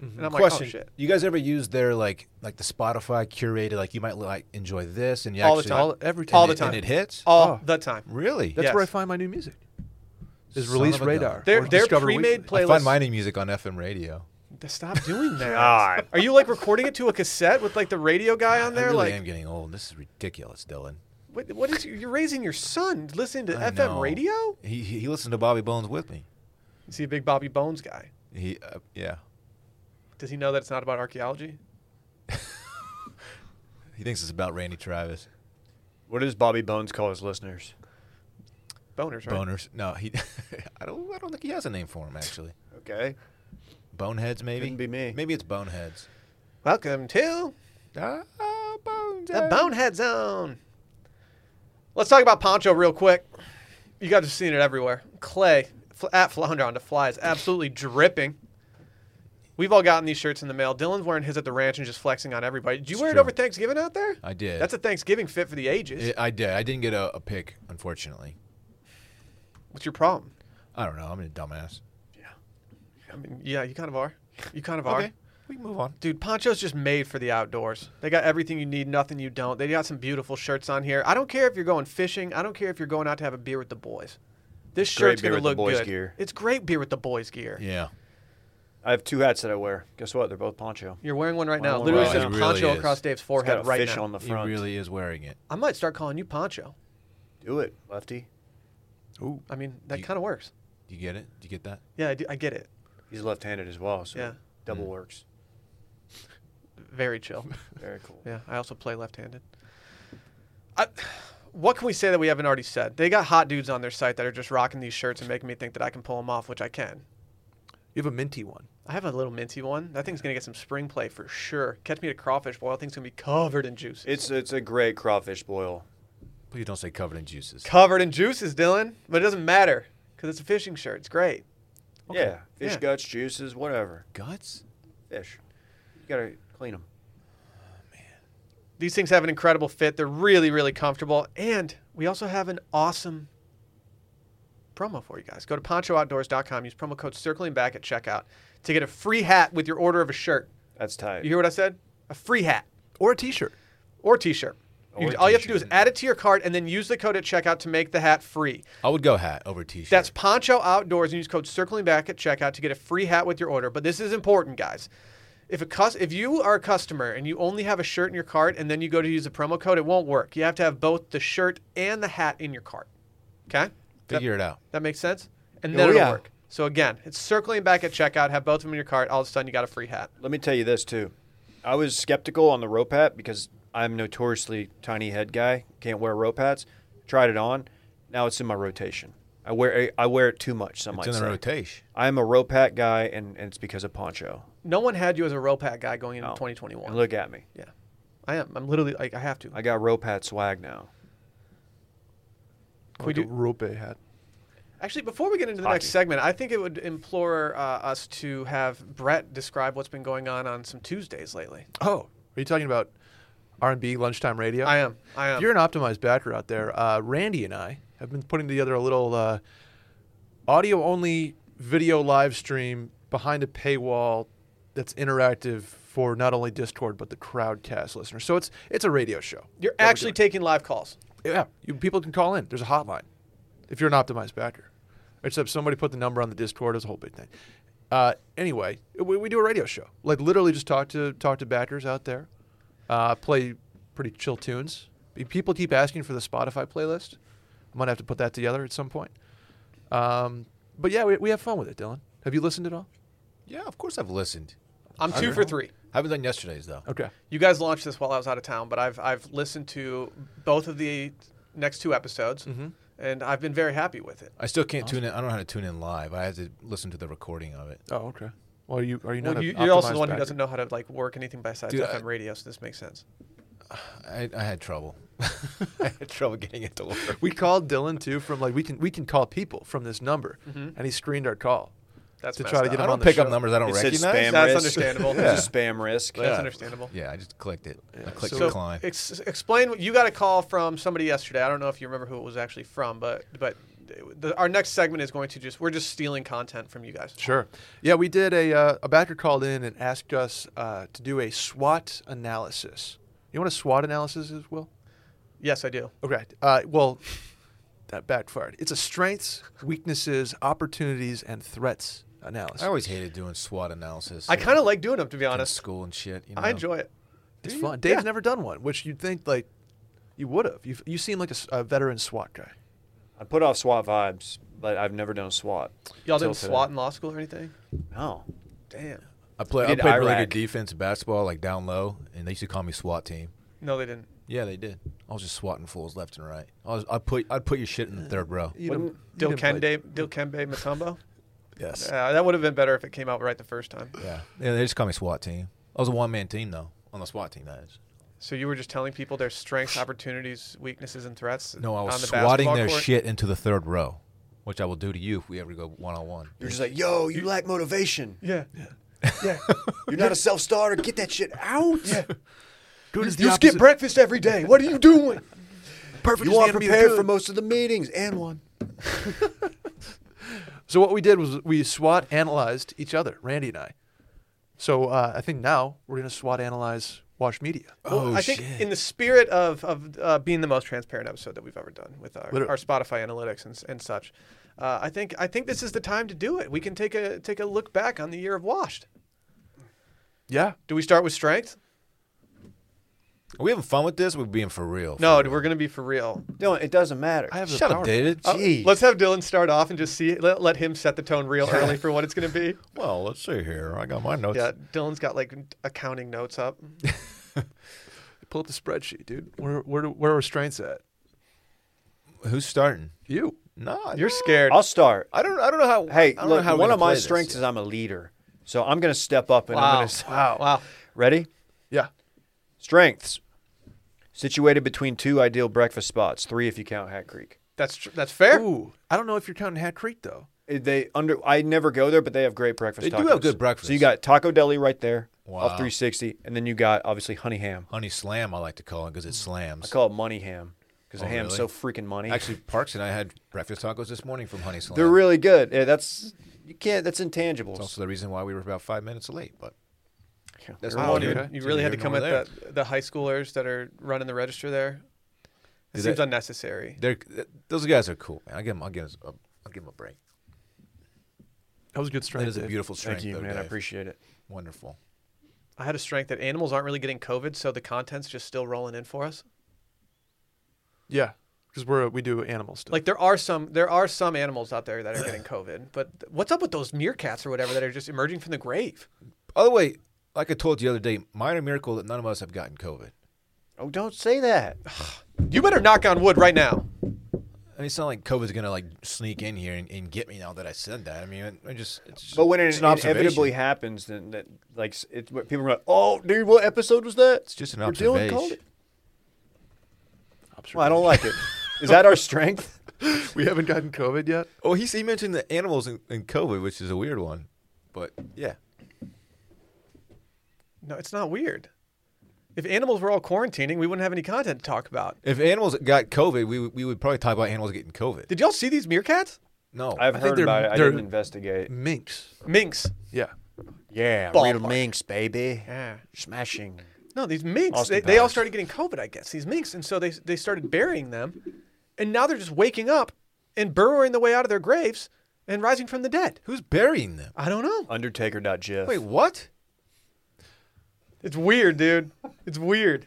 and I'm
Mm-hmm. Question:
like, "Oh shit!"
You guys ever use their like like the Spotify curated like you might like enjoy this and you
All the
actually
time.
All- every
All
time.
the
and it-
time.
and it hits?
All
Oh.
the time.
Really?
That's
Yes.
where I find my new music. Is
Son
Release
of a
Radar.
gun.
Their-
or
their
Discover
pre-made
Weekly.
play-
I
playlist.
find my new music on FM radio.
Stop doing that.
God.
Are you like recording it to a cassette with like the radio guy on
I
there?
really
like,
am getting old. This is ridiculous, Dylan.
what, what is? You're raising your son listening to
I
FM
know.
radio.
He he he listened to Bobby Bones with me.
Is he a big Bobby Bones guy?
He uh, yeah.
Does he know that it's not about archaeology?
He thinks it's about Randy Travis.
What does Bobby Bones call his listeners?
Boners, right?
Boners. No, he I don't I don't think he has a name for him actually.
Okay.
Boneheads maybe.
Couldn't be me.
Maybe it's Boneheads.
Welcome to
Ah, bones.
the Bonehead Zone. Let's talk about Poncho real quick. You guys have seen it everywhere. Clay fl- at Flounder on the fly is absolutely dripping. We've all gotten these shirts in the mail. Dylan's wearing his at the ranch and just flexing on everybody. Did you
It's
wear it
true.
over Thanksgiving out there?
I did.
That's a Thanksgiving fit for the ages.
It- I did. I didn't get a, a pick, unfortunately.
What's your problem?
I don't know. I'm a dumbass.
I mean, yeah, you kind of are. You kind of are.
Okay, we can move on.
Dude, poncho's just made for the outdoors. They got everything you need, nothing you don't. They got some beautiful shirts on here. I don't care if you're going fishing. I don't care if you're going out to have a beer with the boys. This
Great
shirt's
beer
gonna
with the
look
boys
good.
gear.
It's great beer with the boys gear.
Yeah.
I have two hats that I wear. Guess what? They're both poncho.
You're wearing one right
Wow,
now. Literally
wow.
says
He really
poncho
is.
across Dave's
It's got
forehead
a
right
fish
now.
on the
He
front.
really is wearing it.
I might start calling you poncho.
Do it, lefty.
Ooh.
I mean, that
You-
kind of works.
Do you get it? Do you get that?
Yeah, I, do, I get it.
He's left-handed as well, so
Yeah.
double
Hmm.
works.
Very chill.
Very cool.
yeah, I also play left-handed. I, what can we say that we haven't already said? They got hot dudes on their site that are just rocking these shirts and making me think that I can pull them off, which I can.
You have a minty one.
I have a little minty one. That thing's gonna get some spring play for sure. Catch me at a crawfish boil. That thing's gonna be covered in juices.
It's it's a great crawfish boil.
Please don't say covered in juices.
covered in juices, Dylan. But it doesn't matter because it's a fishing shirt. It's great.
Yeah, fish
Yeah.
guts, juices, whatever.
Guts?
Fish. You gotta clean them.
These things have an incredible fit. They're really, really comfortable. And we also have an awesome promo for you guys. Go to ponchooutdoors.com. Use promo code circling back at checkout to get a free hat with your order of a shirt.
That's tight.
You hear what I said? A free hat
Or a t shirt.
or t shirt.
Or a
all you have to do is
t-shirt.
add it to your cart and then use the code at checkout to make the hat free.
I would go hat over t-shirt.
That's Poncho Outdoors and use code circling back at checkout to get a free hat with your order. But this is important, guys. If a cus- if you are a customer and you only have a shirt in your cart and then you go to use the promo code, it won't work. You have to have both the shirt and the hat in your cart. Okay?
figure it out.
That makes sense? And
Oh,
then it'll
yeah.
work. So again, it's circling back at checkout, have both of them in your cart, all of a sudden you got a free hat.
Let me tell you this too. I was skeptical on the rope hat because I'm notoriously tiny head guy. Can't wear rope hats. Tried it on. Now it's in my rotation. I wear I wear it too much. Some might
It's in the
say.
rotation.
I'm a rope hat guy, and, and it's because of poncho.
No one had you as a rope hat guy going into
Oh. And
2021.
look at me.
yeah. I am. I'm literally like I have to.
I got rope hat swag now.
Can we
Like a
do-
rope hat.
Actually, before we get into the next
Hockey.
segment, I think it would implore uh, us to have Brett describe what's been going on on some Tuesdays lately.
Oh, are you talking about R and B lunchtime radio?
I am. I am.
If you're an optimized backer out there, uh, Randy and I have been putting together a little uh, audio only video live stream behind a paywall that's interactive for not only Discord but the Crowdcast listeners. So it's it's a radio show.
You're
that we're
actually taking live calls.
yeah, you, people can call in. There's a hotline if you're an optimized backer. Except somebody put the number on the Discord. It was a whole big thing. Uh, anyway, we, we do a radio show. Like literally, just talk to talk to backers out there. Uh, play pretty chill tunes. People keep asking for the Spotify playlist. I might have to put that together at some point. Um, but yeah, we, we have fun with it. Dylan, have you listened at all?
Yeah, of course I've listened.
I'm two for three.
haven't done yesterday's though.
Okay.
You guys launched this while I was out of town, but I've I've listened to both of the next two episodes, and I've been very happy with it.
I still can't tune in. I don't know how to tune in live. I have to listen to the recording of it.
Oh, okay. Well, are you are you not?
Well, you,
an
you're also
optimized
the one who
backer?
doesn't know how to like work anything besides
Dude,
FM
I-
radio, so this makes sense.
I, I had trouble. I had trouble getting it to work.
We called Dylan too from like we can we can call people from this number, and he screened our call
That's
to
messed
try to get
up.
him
I
on
don't
the
pick
show.
up numbers I don't
It said
recognize.
spam
That's
risk.
understandable.
It's a spam risk.
That's
Yeah.
understandable.
Yeah, I just clicked it. I clicked
So
decline.
ex- explain what you got a call from somebody yesterday. I don't know if you remember who it was actually from, but but the, our next segment is going to just we're just stealing content from you guys.
Sure. Yeah, we did a uh, a backer called in and asked us uh, to do a SWOT analysis. You know what a SWOT analysis is, Will?
Yes, I do.
Okay. Uh, well, that backfired. It's a strengths, weaknesses, opportunities, and threats analysis.
I always hated doing SWOT analysis.
I kind of like doing them to be
in
honest.
school and shit. You know?
I enjoy it.
it's fun. Dave's
Yeah.
never done one, which you'd think like you would have. You you seem like a, s- a veteran SWOT guy.
I put off SWAT vibes, but I've never done SWAT.
Y'all
till
didn't
today.
SWAT in law school or anything?
No.
Damn.
I play.
We
I
did
played really
Iraq.
good defense in basketball, like down low, and they used to call me SWAT team.
No, they didn't.
Yeah, they did. I was just swatting fools left and right. I was. I put. I'd put your shit in the third row.
You
Wouldn't
didn't- you didn't play-
Dilkende Dilkembe Matumbo?
Yes.
Yeah, that would have been better if it came out right the first time.
Yeah. Yeah. They just call me SWAT team. I was a one man team though. On the SWAT team, that is.
So you were just telling people their strengths, opportunities, weaknesses, and threats.
No, I
on
was
the
swatting
basketball
their
court?
shit into the third row, which I will do to you if we ever go one on one.
You're just like, yo, you lack motivation.
Yeah.
You're not a self starter. Get that shit out. Yeah.
Good is the
You skip
opposite-
breakfast every day. What are you doing?
Perfect
You
is the
aren't
enemy of
prepared
good.
for most of the meetings and one.
So what we did was we SWOT analyzed each other, Randy and I. So uh, I think now we're gonna SWOT analyze Wash Media.
Well,
Oh,
I think
shit.
in the spirit of, of uh, being the most transparent episode that we've ever done with our,
Literally.
our Spotify analytics and, s- and such, Uh, I think I think this is the time to do it. We can take a take a look back on the year of Washed.
Yeah.
Do we start with strength?
Are we having fun with this? We're being for real.
No, we're gonna be for real.
No, it doesn't matter.
I have the
Shut up,
power-
David.
Uh,
Jeez.
let's have Dylan start off and just see. Let, let him set the tone real early for what it's gonna be.
well, let's see here. I got my notes.
Yeah, Dylan's got like accounting notes up.
Pull up the spreadsheet, dude. Where where do, where are strengths at?
Who's starting?
You.
No, I-
You're scared.
I'll start.
I don't. I don't know how.
Hey,
I don't know
look,
how we're
one
gonna
of my
play this.
strengths is I'm a leader. So I'm going to step up and I'm
wow.
going to.
wow. Wow.
Ready?
Yeah.
Strengths. Situated between two ideal breakfast spots, three if you count Hat Creek.
That's tr- that's fair.
Ooh, I don't know if you're counting Hat Creek though.
Eh, They under I never go there, but they have great breakfast.
They do
tacos.
have good breakfast.
So you got Taco Deli right there,
Wow.
off 360, and then you got obviously Honey Ham.
Honey Slam, I like to call it because it
I
slams.
call it Money Ham because the
Oh,
ham's so
really?
freaking money.
Actually, Parks and I had breakfast tacos this morning from Honey Slam.
they're really good. Yeah, that's you can't. That's intangibles.
It's also the reason why we were about five minutes late. But that's
Wow,
normal,
dude,
dude.
you
It's
really had to
neither
come
here
at
nor there.
the, the high schoolers that are running the register there. It
Did
seems
that-
unnecessary.
They're, th- those guys are cool, man. I give them. I give them. I'll give them a break.
That was a good
That
strength.
is a
Dave.
beautiful strength.
Thank you,
though,
man. I
Dave.
appreciate it.
Wonderful.
I had a strength that animals aren't really getting COVID, so the content's just still rolling in for us.
Yeah, because we're we do animals still.
Like there are some there are some animals out there that are getting COVID, but what's up with those meerkats or whatever that are just emerging from the grave?
By the way, like I told you the other day, minor miracle that none of us have gotten COVID.
Oh, don't say that.
You better knock on wood right now.
I mean, it's not like COVID's gonna like sneak in here and, and get me now that I said that. I mean, I- I just. It's just
But when
it's
it
an observation.
inevitably happens, then that like s- it's what people are like, "Oh, dude, what episode was that?" It's
just an observation.
it. Well, I don't like it. Is that our strength?
we haven't gotten COVID yet.
Oh, he, he mentioned the animals in, in COVID, which is a weird one, but yeah.
No, it's not weird. If animals were all quarantining, we wouldn't have any content to talk about.
If animals got COVID, we would- we would probably talk about animals getting COVID.
Did y'all see these meerkats?
No,
I've
I think
heard
they're-
about it. I
they're-
didn't investigate.
Minks.
Minks.
Yeah.
Yeah,
Ballpark.
real minx, baby.
Yeah.
Smashing.
No, these minks,
Austin
they, they all
Powers.
started getting COVID, I guess, these minks. And so they, they started burying them. And now they're just waking up and burrowing the way out of their graves and rising from the dead.
who's burying them?
I don't know.
Undertaker.gif.
Wait, what?
It's weird, dude. It's weird.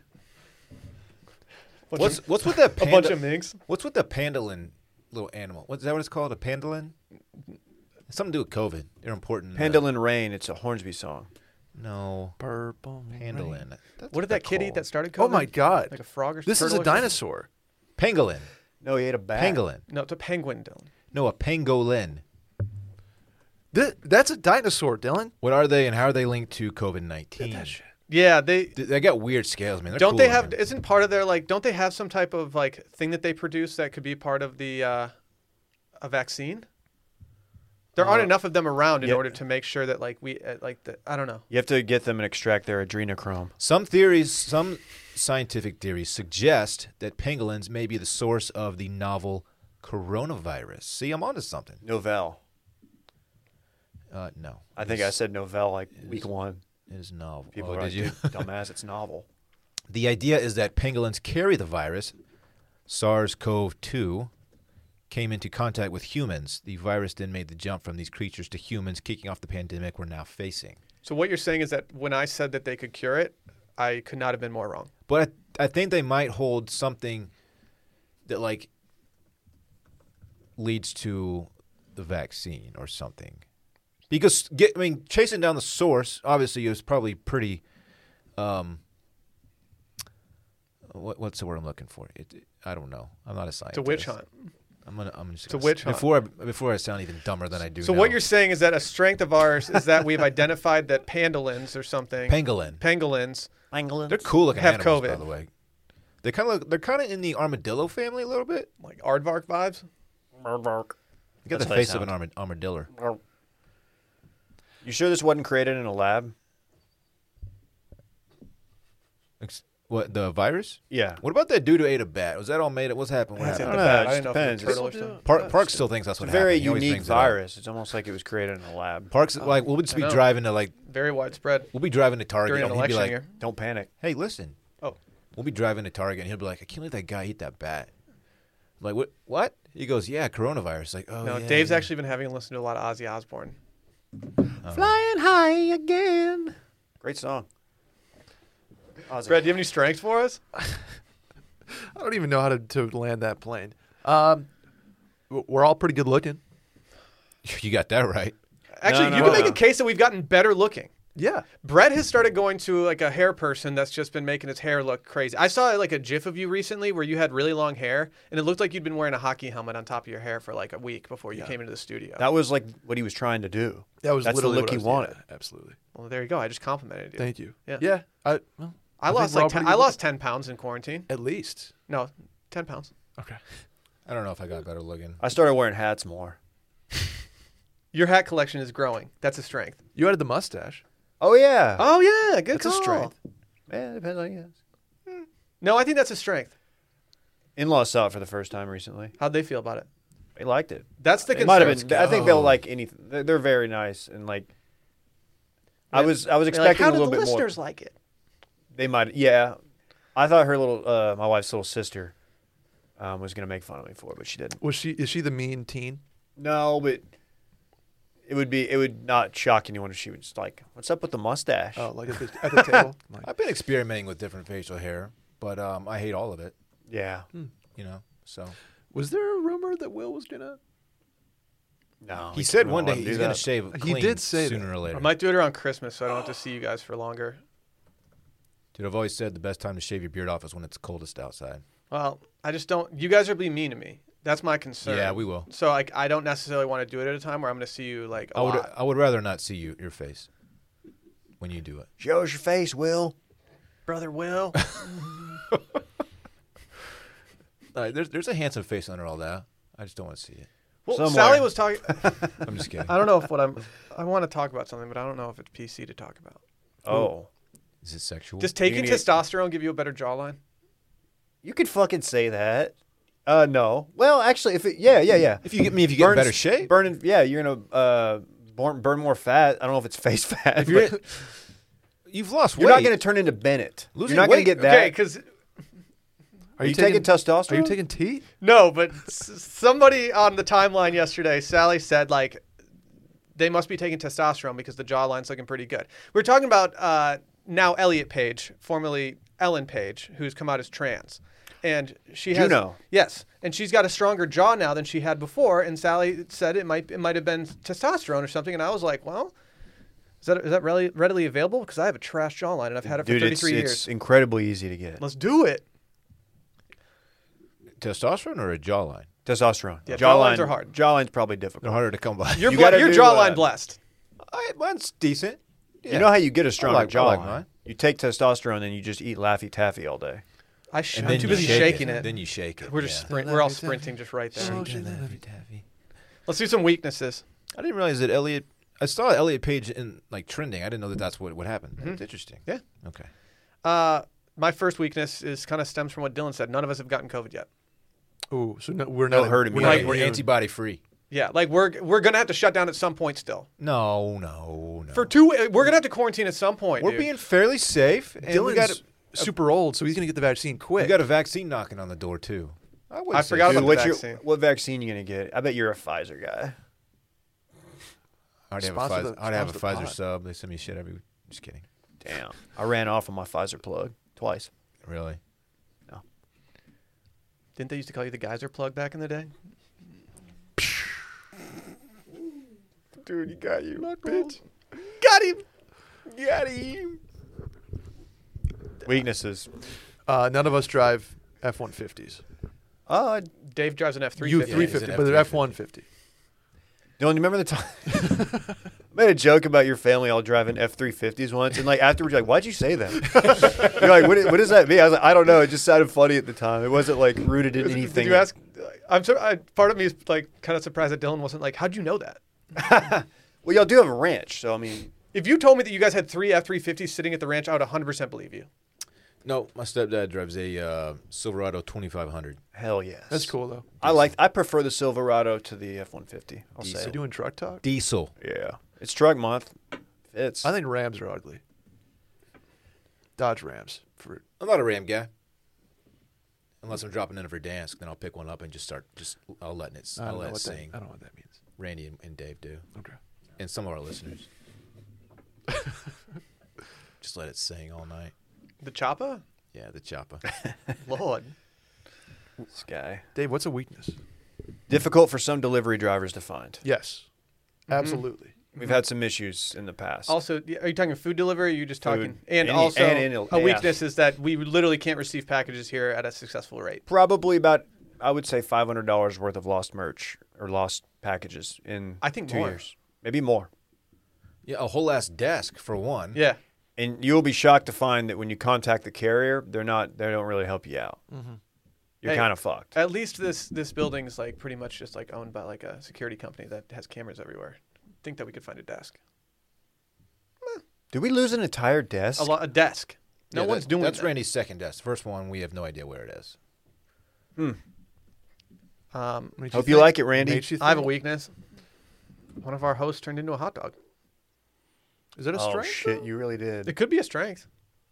Bunch
What's
of-
what's with that
a
panda,
bunch of minks?
What's with the pandolin little animal? What is that? What it's called? A pandolin? Something to do with COVID. They're important. uh,
Pendulum Rain. It's a Hornsby song.
no,
Purple.
pandolin. That's
What did that kitty
called.
that started COVID?
Oh my God.
Like a frog or
this is
turtle
a
or something?
dinosaur.
Pangolin.
No, he ate a bat.
Pangolin.
No, it's a penguin, Dylan.
No, a pangolin.
Th- that's a dinosaur, Dylan.
What are they, and how are they linked to COVID nineteen?
That shit.
Yeah, they
They got weird scales, man. They're
don't
cool
they have?
looking.
Isn't part of their like? Don't they have some type of like thing that they produce that could be part of the uh, a vaccine? There
Uh,
aren't enough of them around in
yeah.
order to make sure that like we uh, like the I don't know.
You have to get them and extract their adrenochrome.
Some theories, some scientific theories suggest that pangolins may be the source of the novel coronavirus. See, I'm onto something.
Novell.
Uh, no,
I think I said Novell like week one.
it is novel.
People
oh,
are
did
like,
you?
"Dude, dumbass, it's novel.
the idea is that pangolins carry the virus. SARS-CoV-2 came into contact with humans. The virus then made the jump from these creatures to humans, kicking off the pandemic we're now facing.
So what you're saying is that when I said that they could cure it, I could not have been more wrong.
But I, I think they might hold something that like leads to the vaccine or something. Because get, I mean, chasing down the source obviously is probably pretty. Um, what, what's the word I'm looking for? It, I don't know. I'm not a
It's
scientist.
a witch hunt.
I'm gonna. I'm just.
It's a
gonna-
witch hunt.
Before I, before I sound even dumber than I do.
So what
now.
you're saying is that a strength of ours is that we've identified that pandolins or something
pangolin?
pangolins
They're cool looking
have
animals, by
COVID.
the way. They kind of look. They're kind of in the armadillo family a little bit.
like aardvark vibes.
You got
That's how
the
they
face of an
sound.
armad- armadillo.
You sure this wasn't created in a lab?
Ex- What the virus?
Yeah.
What about that dude who ate a bat? Was that all made? up? What's happened? What
That's
happened?
it.
don't know.
I
It
didn't
just
know if it was
depends.
a turtle or something.
Park, Park still thinks that's
It's a
what
very
happened. He always
unique
thinks it up.
virus. It's almost like it was created in a lab.
Park's like we'll just be
Oh, know.
driving to like
Very widespread
we'll be driving to Target
during an
and he'll be
election
like,
year.
Don't panic.
"Hey, listen,
Oh,
we'll be driving to Target and he'll be like, I can't let that guy eat that bat." I'm like, what? What? He goes, yeah, coronavirus. Like, oh,
No,
yeah,
Dave's
yeah.
actually been having to listen to a lot of Ozzy Osbourne.
Flying high again. Great song. Ozzy.
Brad, do you have any strength for us?
I don't even know how to, to land that plane. Um, w- we're all pretty good looking.
You got that right.
Actually,
no,
you can make
no.
a case that we've gotten better looking.
Yeah.
Brett has started going to like a hair person that's just been making his hair look crazy. I saw like a gif of you recently where you had really long hair and it looked like you'd been wearing a hockey helmet on top of your hair for like a week before you came into the studio.
That was like what he was trying to do.
That was
That's
literally
the
what
look
I
he
was-
wanted.
yeah, absolutely.
well, there you go. I just complimented you.
Thank you.
Yeah.
Yeah. I well,
I
think
lost
we're all
like 10,
pretty
I
good
lost 10 pounds in quarantine.
looking. at least.
No, 10 pounds.
Okay.
I don't know if I got better looking.
I started wearing hats more.
Your hat collection is growing. That's a strength.
You added the mustache.
Oh yeah.
Oh yeah, good
That's a strength.
Yeah, it depends on you.
No, I think that's a strength.
In-laws saw it for the first time recently.
Howd they feel about it?
They liked it.
That's the
It Oh.
concern.
might have been. I think they'll
go.
like anything. They're, they're very nice and like. I
Yeah.
was I was
They're like,
expecting
how
a
did
little
the
bit more.
listeners like it?
They might. Yeah, I thought her little uh, my wife's little sister um, was gonna make fun of me for it, but she didn't.
Was she is she the mean teen?
No, but it would be it would not shock anyone if she was like, "What's up with the mustache?"
Oh, like at the, at the table. Like,
I've been experimenting with different facial hair, but um, I hate all of it.
Yeah.
You know, so
was there a rumor that Will was gonna?
No.
he
we-
said
we
one
don't
day
wanna do
Oh, he's gonna
that.
shave.
He
clean
did say
sooner
that.
or
I
later.
might do it around Christmas so I don't have to see you guys for longer.
Dude, I've always said the best time to shave your beard off is when it's coldest outside.
Well, I just don't. You guys are being mean to me. That's my concern.
Yeah, we will.
So like, I don't necessarily want to do it at a time where I'm going to see you like a
I would
lot.
I would rather not see you your face when you do it.
Show us your face, Will.
Brother Will,
All right, there's there's a handsome face under all that. I just don't want to see it.
well,
Somewhere.
Sally was talking.
I'm just kidding.
I don't know if what I'm. I want to talk about something, but I don't know if it's PC to talk about.
Oh,
Is it sexual?
Does taking
need-
testosterone give you a better jawline?
you could fucking say that. Uh, no. Well, actually, if it, yeah, yeah, yeah.
if you get me, if you get in
Burns-
better shape,
burning. Yeah, you're gonna uh, burn burn more fat. I don't know if it's face fat. If
you're-
you're, but
you've lost
you're
weight.
not gonna turn into Bennett.
Losing
you're not
weight-
gonna get that.
Okay, because
Are you taking testosterone?
Are you taking tea?
no, but s- somebody on the timeline yesterday, Sally said like they must be taking testosterone because the jawline's looking pretty good. We're talking about uh, now Elliot Page, formerly Ellen Page, who's come out as trans, and she has
Juno.
yes, and she's got a stronger jaw now than she had before. And Sally said it might it might have been testosterone or something, and I was like, well. Is that, is that readily, readily available? Because I have a trash jawline and I've had it for
Dude, it's,
33 years.
it's incredibly easy to get
Let's do it.
testosterone or a jawline?
testosterone.
Yeah,
jawline,
jawlines are hard.
Jawline's probably difficult.
They're harder to come by.
You're,
You
bl-
gotta
you're
do,
jawline
uh,
blessed.
All right, mine's decent. Yeah.
You know how you get a stronger
like- I
jawline?
like mine.
You take testosterone and you just eat Laffy Taffy all day.
I sh-
And
I'm
then
too
you
busy
shake
shaking it.
Then you shake it.
We're just
yeah.
sprint. We're all sprinting just right there. Let's do some weaknesses.
I didn't realize that Elliot. I saw Elliot Page in like trending. I didn't know that that's what what happened.
Mm-hmm.
That's interesting.
Yeah.
Okay.
Uh, my first weakness is kind of stems from what Dylan said. None of us have gotten COVID yet.
Ooh, so no, we're
No
not
herd
We're,
We're,
not
immunity.
we're
immune.
antibody free.
Yeah, like we're we're gonna have to shut down at some point still.
No, no, no.
For two, uh, we're gonna have to quarantine at some point.
we're
dude.
being fairly safe, and we
Dylan's
got a,
super old, so he's gonna get the vaccine
we
quick.
got a vaccine knocking on the door too. I, wouldn't
I
say
forgot
so.
about the
what,
vaccine.
what vaccine you gonna get? I bet you're a Pfizer guy.
I already have a
Sponsor
Pfizer,
the-
I already have a
sponsor
Pfizer
the pod.
sub. They send me shit every. Just kidding.
Damn, I ran off on my Pfizer plug twice.
Really.
Didn't they used to call you the geyser plug back in the day?
Dude, you got you,
bitch.
Got him. Got him. Weaknesses.
uh, none of us drive F one fifties.
Oh,
Dave drives an F three
You three
fifty.
he's
fifty,
an
but they're F one fifty.
Dylan, you remember the time I made a joke about your family all driving F three fifties once, and like afterwards, you're like, why'd you say that? you're like, what, i- what does that mean? I was like, I don't know. It just sounded funny at the time. It wasn't like rooted in anything.
Did you ask? I'm sur- I, part of me is like kind of surprised that Dylan wasn't like, "How'd you know that?"
Well, y'all do have a ranch, so I mean,
If you told me that you guys had three F three fifties sitting at the ranch, I would 100 percent believe you.
No, my stepdad drives a uh, Silverado 2500.
hell yes.
That's cool though.
I like. I prefer the Silverado to the F one fifty. I'll
So
say.
doing truck talk.
Diesel.
Yeah, it's truck month. It's.
I think Rams are ugly. Dodge Rams for
I'm not a Ram guy. unless I'm dropping in for dance, then I'll pick one up and just start. Just I'll let it.
I
I'll
don't, know
let it
what that,
sing.
I don't know what that means.
Randy and, and Dave do,
Okay.
and some of our listeners. just let it sing all night.
The Choppa?
Yeah, the choppa.
Lord.
This guy.
Dave, what's a weakness?
Difficult for some delivery drivers to find.
Yes. Absolutely.
We've had some issues in the past.
Also, y- are you talking food delivery? Or are you just talking?
Food.
And
Any-
also,
and any-
a
yeah.
weakness is that we literally can't receive packages here at a successful rate.
Probably about, I would say, five hundred dollars worth of lost merch or lost packages in
I think
two
more.
years, maybe more.
yeah, a whole ass desk for one.
Yeah.
And you'll be shocked to find that when you contact the carrier, they're not, they don't really help you out. You're
Hey.
kind of fucked.
At least this this building's like pretty much just like owned by like a security company that has cameras everywhere. Think that we could find a desk.
Did we lose an entire desk?
A, lo- a desk. No
Yeah,
one's
that-
doing
That's
that.
Randy's second desk. First one, we have no idea where it is.
Um,
Made
Hope you
think?
like it, Randy.
Made you
I have a
think?
weakness. One of our hosts turned into a hot dog.
Is that a
oh
strength?
shit,
though?
you really did.
It could be a strength.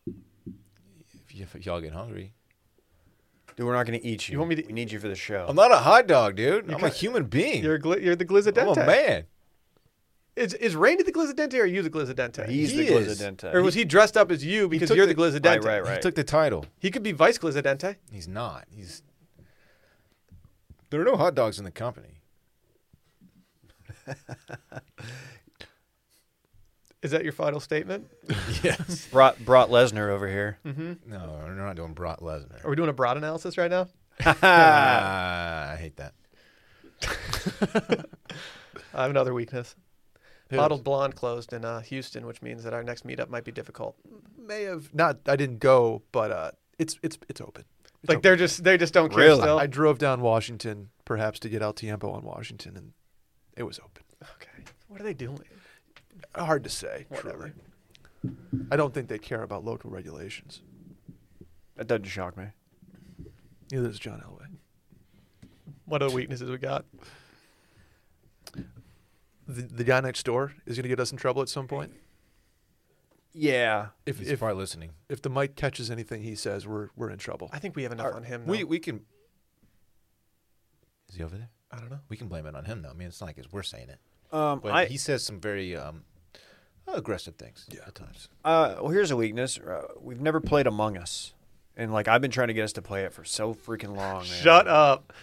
If, y- if y'all get hungry,
Dude, we're not gonna eat you.
You want me to-
We need you for the show.
I'm not a hot dog, dude. I'm a
got-
human being.
You're a gli- you're the
I'm
Glizzadente.
a man.
Is is Randy the Glizzadente or are you the Glizzadente?
He's
He
the
is.
Glizadenta.
or was he dressed up as you because
took
you're the,
the-
Glizzadente?
Right, right,
He
right.
took the title.
He could be vice Glizzadente.
He's not. He's. There are no hot dogs in the company.
Is that your final statement?
Yes.
brought brought Lesnar over here.
no, we're not doing Brock Lesnar.
Are we doing a broad analysis right now?
Ah, I hate that.
I have another weakness.
Who
Bottled
knows?
Blonde closed in uh, Houston, which means that our next meetup might be difficult.
May have not. I didn't go, but uh, it's it's it's open. It's
Like
open.
they're just they just don't care
Really?
still.
I drove down Washington, perhaps to get El Tiempo on Washington, and it was open.
okay. What are they doing?
Hard to say.
Whatever.
Truly. I don't think they care about local regulations.
That doesn't shock me.
Neither does John Elway.
What are the weaknesses we got?
The, the guy next door is going to get us in trouble at some point.
Yeah.
If
He's
if,
probably listening.
if the mic catches anything he says, we're we're in trouble.
I think we have enough on him.
We
though.
we can. Is he over there?
I don't know.
We can blame it on him, though. I mean, it's not like it's, we're saying it,
Um,
but
I,
he says some very um, aggressive things at times.
Uh, well, here's a weakness. Uh, we've never played Among Us, and like I've been trying to get us to play it for so freaking long. Man.
Shut up.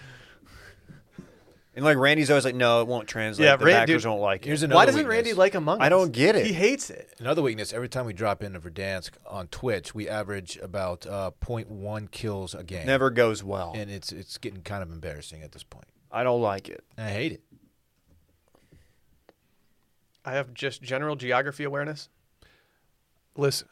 And like Randy's always like, "No, it won't translate.
Yeah,
the
Ran-
backers
dude,
won't like
Here's
it."
another.
Why doesn't
weakness.
Randy like Among Us?
I don't get it.
He hates it.
Another weakness, every time we drop in for Verdansk on Twitch, we average about uh, 0.1 kills a game.
Never goes well.
And it's it's getting kind of embarrassing at this point.
I don't like it.
And I hate it.
I have just general geography awareness.
Listen,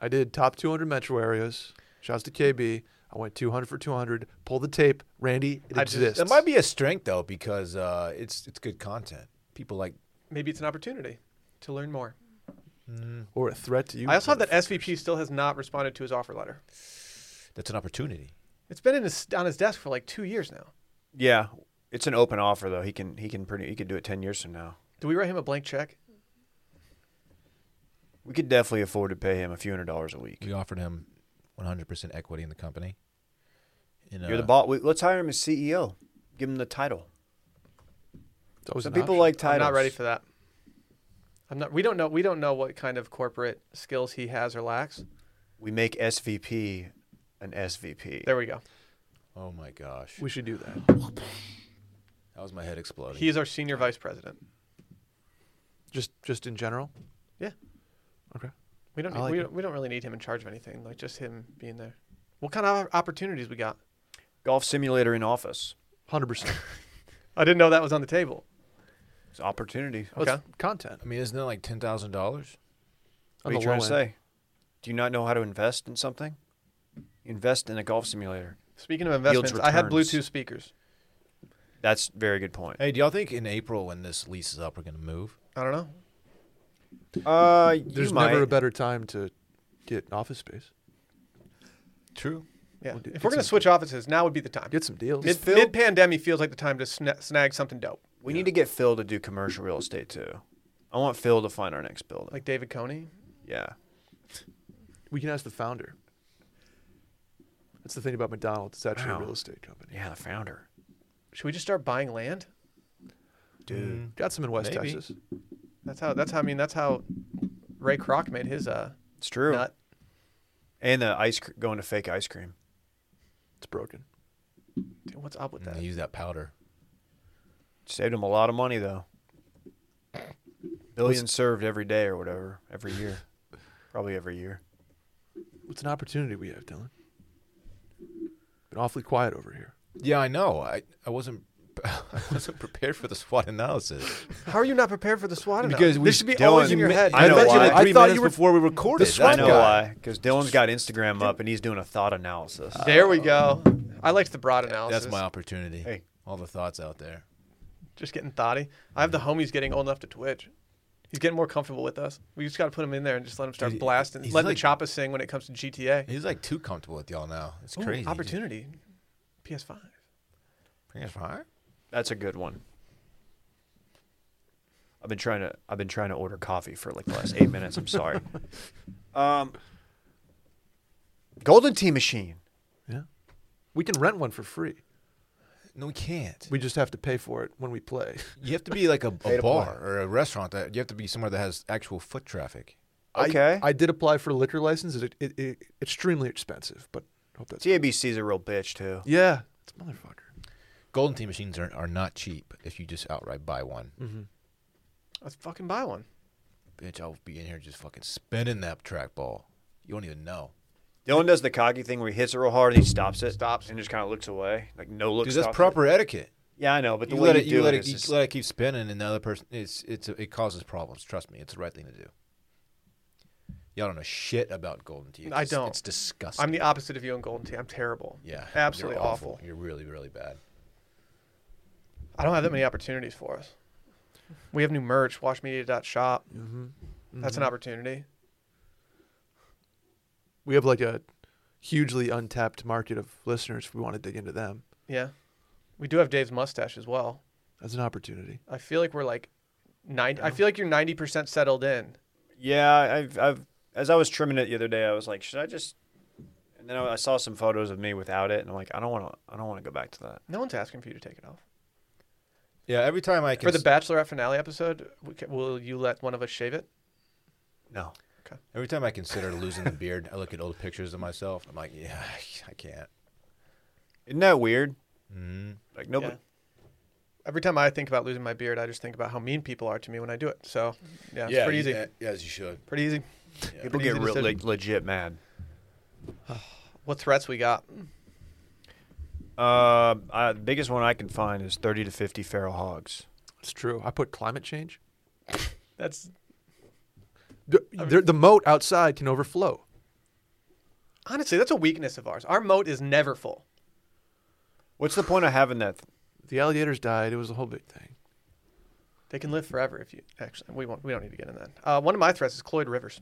I did top 200 metro areas. Shouts to KB. I went 200 for 200. Pull the tape, Randy. It
I just-
exists.
That might be a strength, though, because uh, it's it's good content. People like,
Maybe it's an opportunity to learn more.
or a threat to you.
I also have that SVP still has not responded to his offer letter.
that's an opportunity.
It's been in his, on his desk for like two years now.
Yeah, it's an open offer though. He can he can pretty he could do it ten years from now.
Do we write him a blank check?
We could definitely afford to pay him a few hundred dollars a week.
We offered him 100% equity in the company. And,
You're the
uh,
boss. Let's hire him as CEO. Give him the title.
It's always
Some
an
people
option.
like titles.
I'm not ready for that. I'm not. We don't know. We don't know what kind of corporate skills he has or lacks.
We make SVP an SVP.
There we go.
Oh, my gosh.
We should do that.
That was my head exploding.
He is our senior vice president.
Just just in general.
Yeah.
Okay.
We don't.
I like
we,
it.
don't we don't really need him in charge of anything. Like just him being there. What kind of opportunities we got?
Golf simulator in office.
Hundred percent.
I didn't know that was on the table.
It's opportunity.
Okay.
Content.
I mean, isn't that like $10,000?
What
on
are
the
you trying
low
to
end.
say? Do you not know how to invest in something? Invest in a golf simulator.
Speaking of investments, I had
returns.
Bluetooth speakers.
That's a very good point.
Hey, do y'all think in April when this lease is up, we're going to move?
I don't know.
Uh,
There's never a better time to get office space.
True.
Yeah.
Well, dude,
if we're
it's
gonna
a-
switch offices, now would be the time.
Get some deals.
Mid
Phil-
mid pandemic feels like the time to sna- snag something dope,
We need to get Phil to do commercial real estate too. I want Phil to find our next building.
like David Coney.
yeah.
we can ask the founder. That's the thing about McDonald's. It's actually
Wow.
a real estate company.
Yeah, the founder.
Should we just start buying land?
dude.
Got some in West
Maybe.
Texas.
That's how. That's how. I mean, that's how Ray Kroc made his uh
It's true.
nut.
And the ice cr- going to fake ice cream.
It's broken.
Dude, what's up with
And
that?
they use that powder.
Saved him a lot of money though. Billions served every day or whatever, every year, probably every year.
What's an opportunity we have, Dylan? Been awfully quiet over here.
Yeah, I know. I, I wasn't I wasn't prepared for the SWOT analysis.
How are you not prepared for the SWAT? analysis?
Uh,
Because we-
this should be
Dylan,
always in your
you
head.
I know
bet you
why.
like
I
three
thought
minutes
you were before we recorded.
I
That's
know
why.
why, because Dylan's got Instagram up and he's doing a thought analysis.
Uh,
before- There we go. I liked the broad analysis.
That's my opportunity.
Hey.
All the thoughts out there.
Just getting thoughty. I have the homies getting old enough to twitch. He's getting more comfortable with us. We just got to put him in there and just let him start
Dude,
blasting.
he's
Let
like-
the choppa sing when it comes to GTA.
He's like too comfortable with y'all now. It's
Ooh,
crazy. He just
opportunity. PS5.
Bring us fire.
That's a good one. I've been trying to I've been trying to order coffee for like the last eight minutes. I'm sorry. Um, Golden Tea Machine.
Yeah. We can rent one for free.
No, we can't.
We just have to pay for it when we play.
you have to be like a,
Pay
a
to play.
bar or a restaurant. That you have to be somewhere that has actual foot traffic.
I-
Okay.
I, did apply for a liquor license. It, it, it extremely expensive, but I hope that's
TABC's a real bitch too.
yeah. It's a motherfucker.
Golden tea machines are, are not cheap if you just outright buy one.
Let's fucking buy one.
Bitch, I'll be in here just fucking spinning that trackball. You don't even know.
Dylan does the cocky thing where he hits it real hard and he stops it.
Stops.
and just kind of looks away, like no look.
Dude, that's
stops
proper etiquette.
it. Yeah, I know, but the
you
way
let
you
it,
do
you let
it,
it,
is
you
just-
let it keep spinning, and the other person, it's, it's, it causes problems. Trust me, it's the right thing to do. Y'all don't know shit about golden tea. It's
I
just-
don't.
It's disgusting.
I'm the opposite of you on Golden Tee. I'm terrible.
yeah,
Absolutely
you're
awful.
You're really, really bad.
I don't have that many opportunities for us. We have new merch, washmedia.shop.
Mm-hmm.
That's an opportunity.
We have like a hugely untapped market of listeners. If we want to dig into them,
Yeah. We do have Dave's mustache as well.
that's an opportunity.
I feel like we're like 90 I feel like you're 90% settled in.
yeah. I've, I've as I was trimming it the other day, I was like, should I just? And then I, I saw some photos of me without it, and I'm like, I don't want to. I don't want to go back to that.
No one's asking for you to take it off.
Yeah, every time I can
For the bachelorette finale episode, we ca- will you let one of us shave it?
No,
Every time I consider losing the beard, I look at old pictures of myself. I'm like, yeah, I can't.
isn't that weird?
Mm-hmm.
Mm.
Like nobody.
Yeah. Every time I think about losing my beard, I just think about how mean people are to me when I do it. So, yeah, it's pretty easy.
Yeah, as you should.
Pretty easy.
People
Pretty easy
get real,
decision.
like, legit mad.
What threats we got?
Uh, I, the biggest one I can find is 30 to 50 feral hogs.
It's true. I put climate change.
That's
The, the- the moat outside can overflow.
honestly that's a weakness of ours. Our moat is never full.
What's the point of having that? th-
The alligators died. It was a whole big thing.
They can live forever if you actually. We won't. We don't need to get in that. Uh, one of my threats is Cloyd Rivers.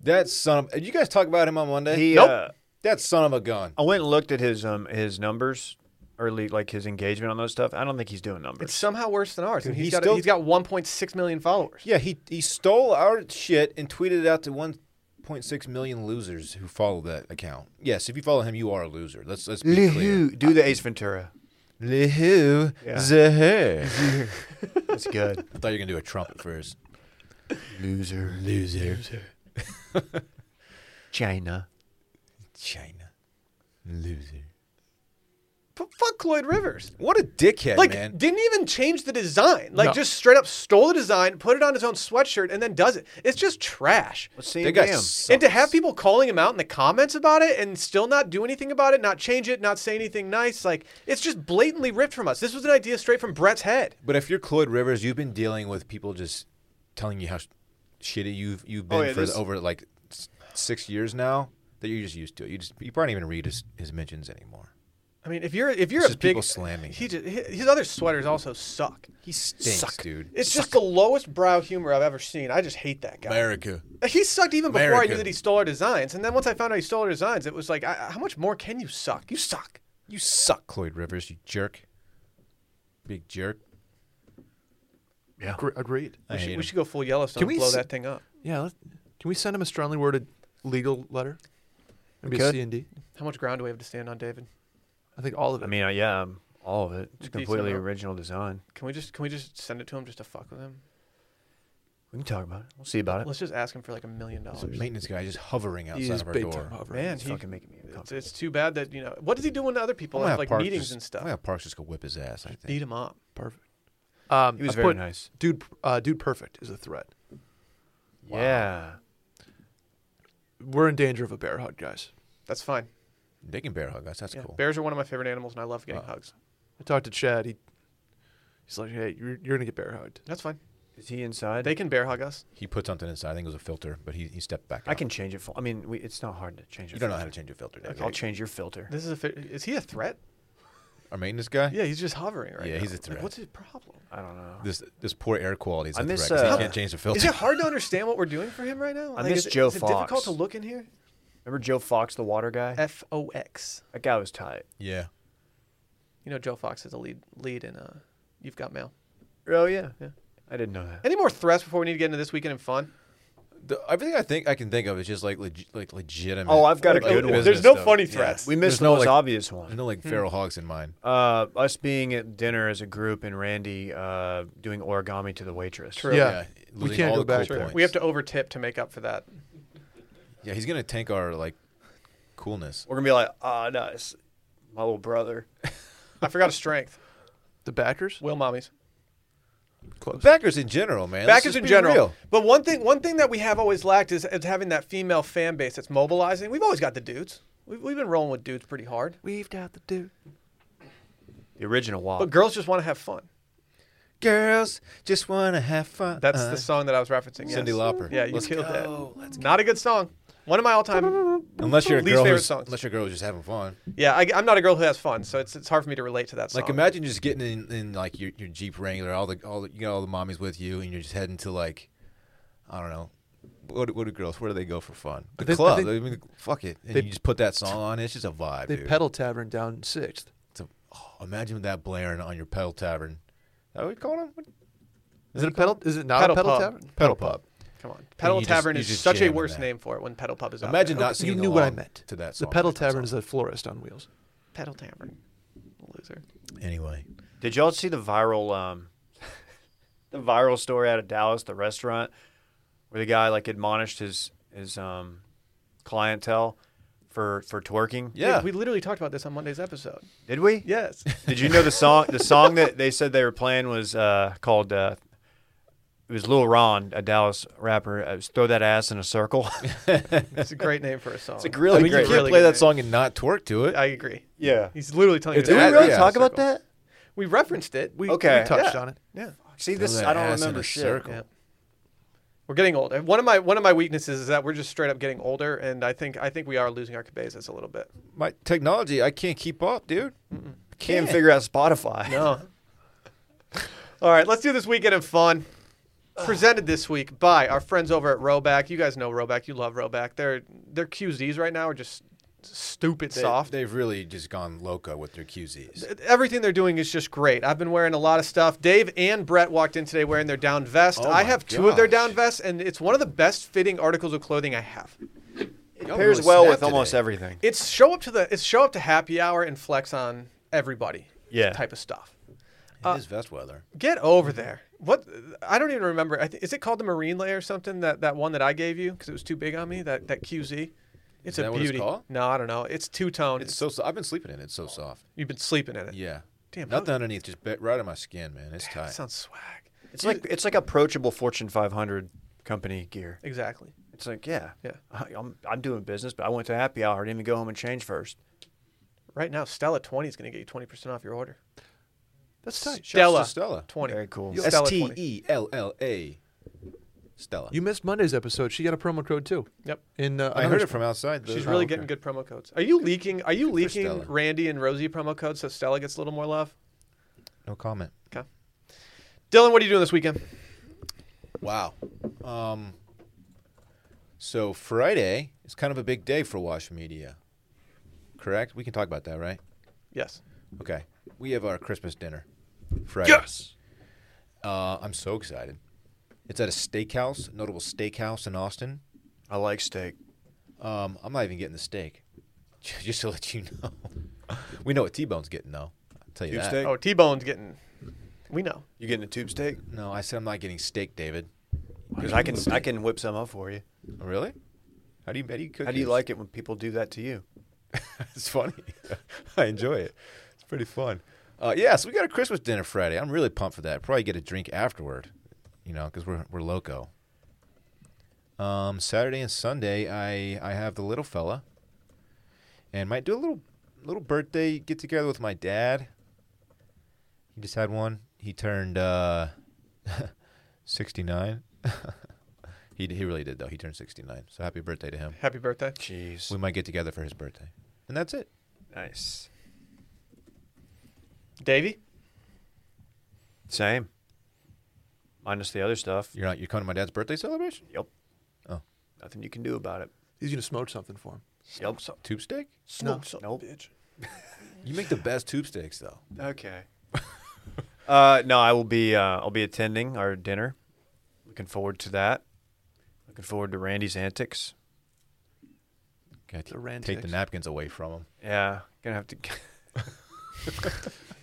That son of. Did you guys talk about him on
Eh,
Monday?
He, uh,
that son of a gun.
I went and looked at his um his numbers, or le- like his engagement on those stuff. I don't think he's doing numbers.
It's somehow worse than ours, and
Dude,
he's
he's
got
still-
he's got 1.6 million followers.
Yeah, he he stole our shit and tweeted it out to 1.6 million losers who follow that account. Yes, if you follow him, you are a loser. Let's let's be clear.
Lehu. Do the Ace Ventura.
Lehu,
Yeah.
Zahu.
That's good.
I thought you were gonna do a trumpet first.
Loser.
Loser, loser.
China.
China, loser.
But fuck Cloyd Rivers.
What a dickhead,
Like
man.
didn't even change the design. Like
No.
just straight up stole the design, put it on his own sweatshirt, and then does it. It's just trash.
Let's see.
That guy
Damn.
sucks.
And to have people calling him out in the comments about it and still not do anything about it, not change it, not say anything nice, like it's just blatantly ripped from us. This was an idea straight from Brett's head.
But if you're Cloyd Rivers, you've been dealing with people just telling you how sh- shitty you've you've
Oh,
been
yeah,
for
this-
over like s- six years now. That you're just used to it. You just you probably don't even read his, his mentions anymore.
I mean, if you're if you're
It's
a
just
big
people slamming
he
him.
just, his other sweaters also suck.
He stinks,
Suck.
dude.
It's just the lowest brow humor I've ever seen. I just hate that guy.
America.
He sucked even before I knew
American.
that he stole our designs. And then once I found out he stole our designs, it was like, I, how much more can you suck? You suck.
You suck, Cloyd Rivers. You jerk. Big jerk.
Gr- agreed.
I
We
hate
should,
him.
we should go full Yellowstone
Can
and
we
blow
s-
that thing up.
Yeah. Let, can we send him a strongly worded legal letter? Maybe
could.
C and D.
How much ground do we have to stand on, David?
I think all of it.
I mean, uh, yeah, um, all of it. It's
Decent
completely
amount.
original design.
Can we just can we just send it to him just to fuck with him?
We can talk about it. We'll see about it.
Let's just ask him for like a million
There's Uh, a
dollars.
maintenance guy just hovering outside
he is
of our
big
door.
time hover.
Man,
It's
he,
fucking making me
it's,
uncomfortable.
it's too bad that you know what does he do when the other
I'm
people
gonna
have
have
like
Parks
meetings
just-
and
I'm
stuff?
gonna have Parks just go whip his ass. I
Beat
think.
him up.
Perfect. Um,
He was
I
very
put
nice.
Dude, uh, dude, perfect is a threat.
Wow.
Yeah.
We're in danger of a bear hug, guys.
That's fine.
They can bear hug us. That's
Yeah.
cool.
Bears are one of my favorite animals, and I love getting
Oh.
hugs.
I talked to Chad. He, he's like, "Hey, you're, you're gonna get bear hugged."
That's fine.
Is he inside?
They can bear hug us.
he put something inside. I think it was a filter, but he, he stepped back.
I
out.
can change it. For, I mean, we, it's not hard to change it.
You don't know how to change a filter, Dave.
I'll change your filter.
This is a. fi- Is he a threat?
Our maintenance guy.
Yeah, he's just hovering right
Yeah,
now.
he's a
Like,
threat.
what's his problem?
I don't know.
This this poor air quality is
I
a
miss,
threat 'cause
uh,
he can't change the filter.
Is it hard to understand what we're doing for him right now?
I miss
is, it-
Joe
is it difficult
Fox.
to look in here?
Remember Joe Fox, the water guy?
F O X.
that guy was tight.
yeah.
You know Joe Fox is a lead lead in uh, You've Got Mail.
Oh yeah,
Yeah.
I didn't know that.
Any more threats before we need to get into this weekend in fun?
The, everything I think I can think of is just like legi- like legitimate.
Oh, I've got a
like,
good one. Hmm.
business
There's no
stuff.
funny
Yeah.
threats.
We
There's
missed the
no,
most
like-
obvious one.
There's no like feral hogs in mine.
Uh, us being at dinner as a group and Randy uh, doing origami to the waitress.
True.
Yeah. We
losing
can't
all
go
the
back
cool
there.
points.
We have to over tip to make up for that.
Yeah, he's gonna tank our like coolness.
We're gonna be like, ah, no, it's my little brother.
I forgot a strength.
The backers,
Will mommies.
close.
Backers in general, man. Let's
Backers
just
in
be
general.
real.
But one thing, one thing that we have always lacked is, is having that female fan base that's mobilizing. We've always got the dudes. We've, we've been rolling with dudes pretty hard.
Weaved out the dude.
The original
But
Wop.
girls just want to have fun.
Girls just wanna have fun. Uh,
That's the song that I was referencing.
Uh-huh. Cindy
yes.
Lauper.
Yeah, you
Let's
killed that. Not a good song. One of my all-time.
Unless you're a
Least
girl,
favorite
who's,
songs.
unless your girl who's just having fun.
Yeah, I, am not a girl who has fun, so it's it's hard for me to relate to that song.
Like imagine just getting in, in like your, your Jeep Wrangler, all the all the, you got all the mommies with you, and you're just heading to like, I don't know, what do- what do girls? Where do they go for fun? The
I think- I
club. I,
think-
mean, fuck it. And
they-
you just put that song on. It's just a vibe,
They
dude.
pedal tavern down sixth.
It's a- oh, imagine that blaring on your pedal tavern. Is that what you call them? What- Is it a pedal?
Is it not
Pedal
a pedal
pub.
tavern?
Pedal pub.
come on, pedal
you just-
tavern
you
is
just
such a
jam in
worse
that.
name for it when pedal pub is out
Imagine
there.
not
You
singing
knew what I
along
meant.
to that
the
song.
pedal
That's all.
tavern is a florist on wheels.
pedal tavern, loser.
Anyway,
Did y'all see the viral um, the viral story out of Dallas, the restaurant where the guy like admonished his his um, clientele for for twerking?
yeah.
we literally talked about this on Monday's episode.
Did we?
Yes,
Did you know the song? The song that they said they were playing was uh, called. Uh, it was Lil Ron, a Dallas rapper. It was "Throw That Ass in a Circle."
it's a great name for a song. It's
a
I
really
mean, you
great-
can't
really
play
good
that
name.
song and not twerk to it.
I agree.
yeah.
He's literally telling
It's
you.
Did we
to
at-
really
ask
yeah.
talk about
circle.
that?
We referenced it.
We,
Okay,
we touched
yeah.
on it.
yeah.
See,
Throw
this
that
I don't
ass in
remember
a
shit.
circle.
yeah. We're getting older. One of my one of my weaknesses is that we're just straight up getting older, and I think I think we are losing our cabezas a little bit.
My technology, I can't keep up, dude.
Can't figure out Spotify.
No. All right, let's do this weekend in fun. Presented this week by our friends over at Roback. You guys know Roback. You love Roback. Their their QZs right now are just stupid
They-
soft.
They've really just gone loco with their QZs.
Everything they're doing is just great. I've been wearing a lot of stuff. Dave and Brett walked in today wearing their down vest.
Oh
I
my
have two of their
gosh.
down vests, and it's one of the best fitting articles of clothing I have.
It
Y'all
pairs
really
well
snapped
with almost
today.
everything.
It's show up to the it's show up to happy hour and flex on everybody.
Yeah.
type of stuff.
it is vest weather.
Get over there. What? I don't even remember. I th- is it called the Marine Layer or something? That that one that I gave you because it was too big on me. That that QZ. It's a
that what it's
beauty.
called?
No, I don't know. It's two tone.
It's so. So- I've been sleeping in it. It's so soft.
You've been sleeping in it.
Yeah.
Damn,
Nothing
how-
underneath, just bit right on my skin, man. It's
That
tight.
sounds swag.
It's like it's like approachable Fortune 500 company gear.
Exactly.
It's like yeah,
Yeah.
I, I'm I'm doing business, but I went to happy hour. I didn't even go home and change first.
Right now, Stella twenty is going to get you twenty percent off your order.
That's tight.
Stella.
to Stella.
Twenty.
Very cool.
Stella
S T
20.
E L L A. Stella.
You missed Monday's episode. She got a promo code too.
Yep.
In uh,
I
another
heard it
sp-
from outside. the-
She's
oh,
really
okay.
getting good promo codes. Are you leaking? Are you leaking
Stella.
Randy and Rosie promo codes so Stella gets a little more love?
No comment.
Okay. Dylan, what are you doing this weekend?
Wow. Um. So Friday is kind of a big day for Wash Media. Correct. We can talk about that, right?
Yes.
Okay. We have our Christmas dinner Friday. Yes. Uh, I'm so excited. It's at a steakhouse, notable steakhouse in Austin.
I like steak.
Um, I'm not even getting the steak. Just to let you know, we know what T Bone's getting though. I'll tell you
Tube
that.
steak?
Oh, T Bone's getting. We know.
You getting a tube steak?
No, I said I'm not getting steak, David.
Because I can I can whip some up for you.
Oh, Really? How do you how do you cook?
How do you
these?
like it when people do that to you?
it's funny. I enjoy it. It's pretty fun. Uh, yeah, so we got a Christmas dinner Friday. I'm really pumped for that. Probably get a drink afterward, you know, because we're we're loco. Um, Saturday and Sunday, I I have the little fella, and might do a little little birthday get together with my dad. He just had one. He turned uh, 69. he he really did though. He turned 69. So happy birthday to him.
Happy birthday.
Jeez.
We might get together for his birthday, and that's it.
Nice.
Davey?
Same. Minus the other stuff.
You're not. You're coming to my dad's birthday celebration.
Yep.
Oh.
Nothing you can do about it.
He's gonna smoke something for him.
Yep.
Tube steak.
Smoke
something, Nope.
bitch.
You make the best tube steaks though.
Okay. uh, no, I will be. Uh, I'll be attending our dinner. Looking forward to that. Looking forward to Randy's antics.
The rant
take the
takes.
napkins away from him.
Yeah, gonna have to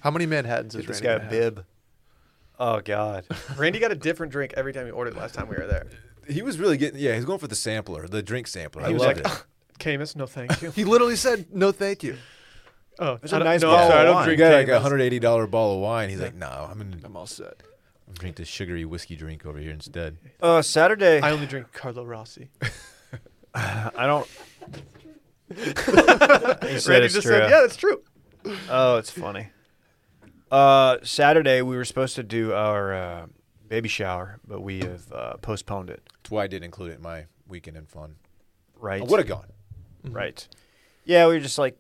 How many Manhattans is
get this
Randy
guy a
gonna have?
bib. Oh God.
Randy got a different drink every time he ordered last time we were there.
He was really getting. Yeah, he's going for the sampler, the drink sampler. I
was
loved
like,
it.
Camus, no thank you.
He literally said no, thank you.
Oh,
There's a
I don't-
nice
no,
bottle
I'm sorry, I
of
don't
wine.
You
drink
got like a
Camus.
hundred eighty dollar bottle of wine. He's like, no, I'm gonna
I'm all set.
drink this sugary whiskey drink over here instead.
Uh, Saturday.
I
I,
only drink Carlo Rossi.
don't. He said
Randy
it's
just
true.
said, yeah, that's true.
Oh, it's funny. Uh, Saturday we were supposed to do our uh, baby shower, but we have uh, postponed it.
That's why I did include it in my weekend and fun.
Right.
I would have gone.
Right. Yeah, we were just like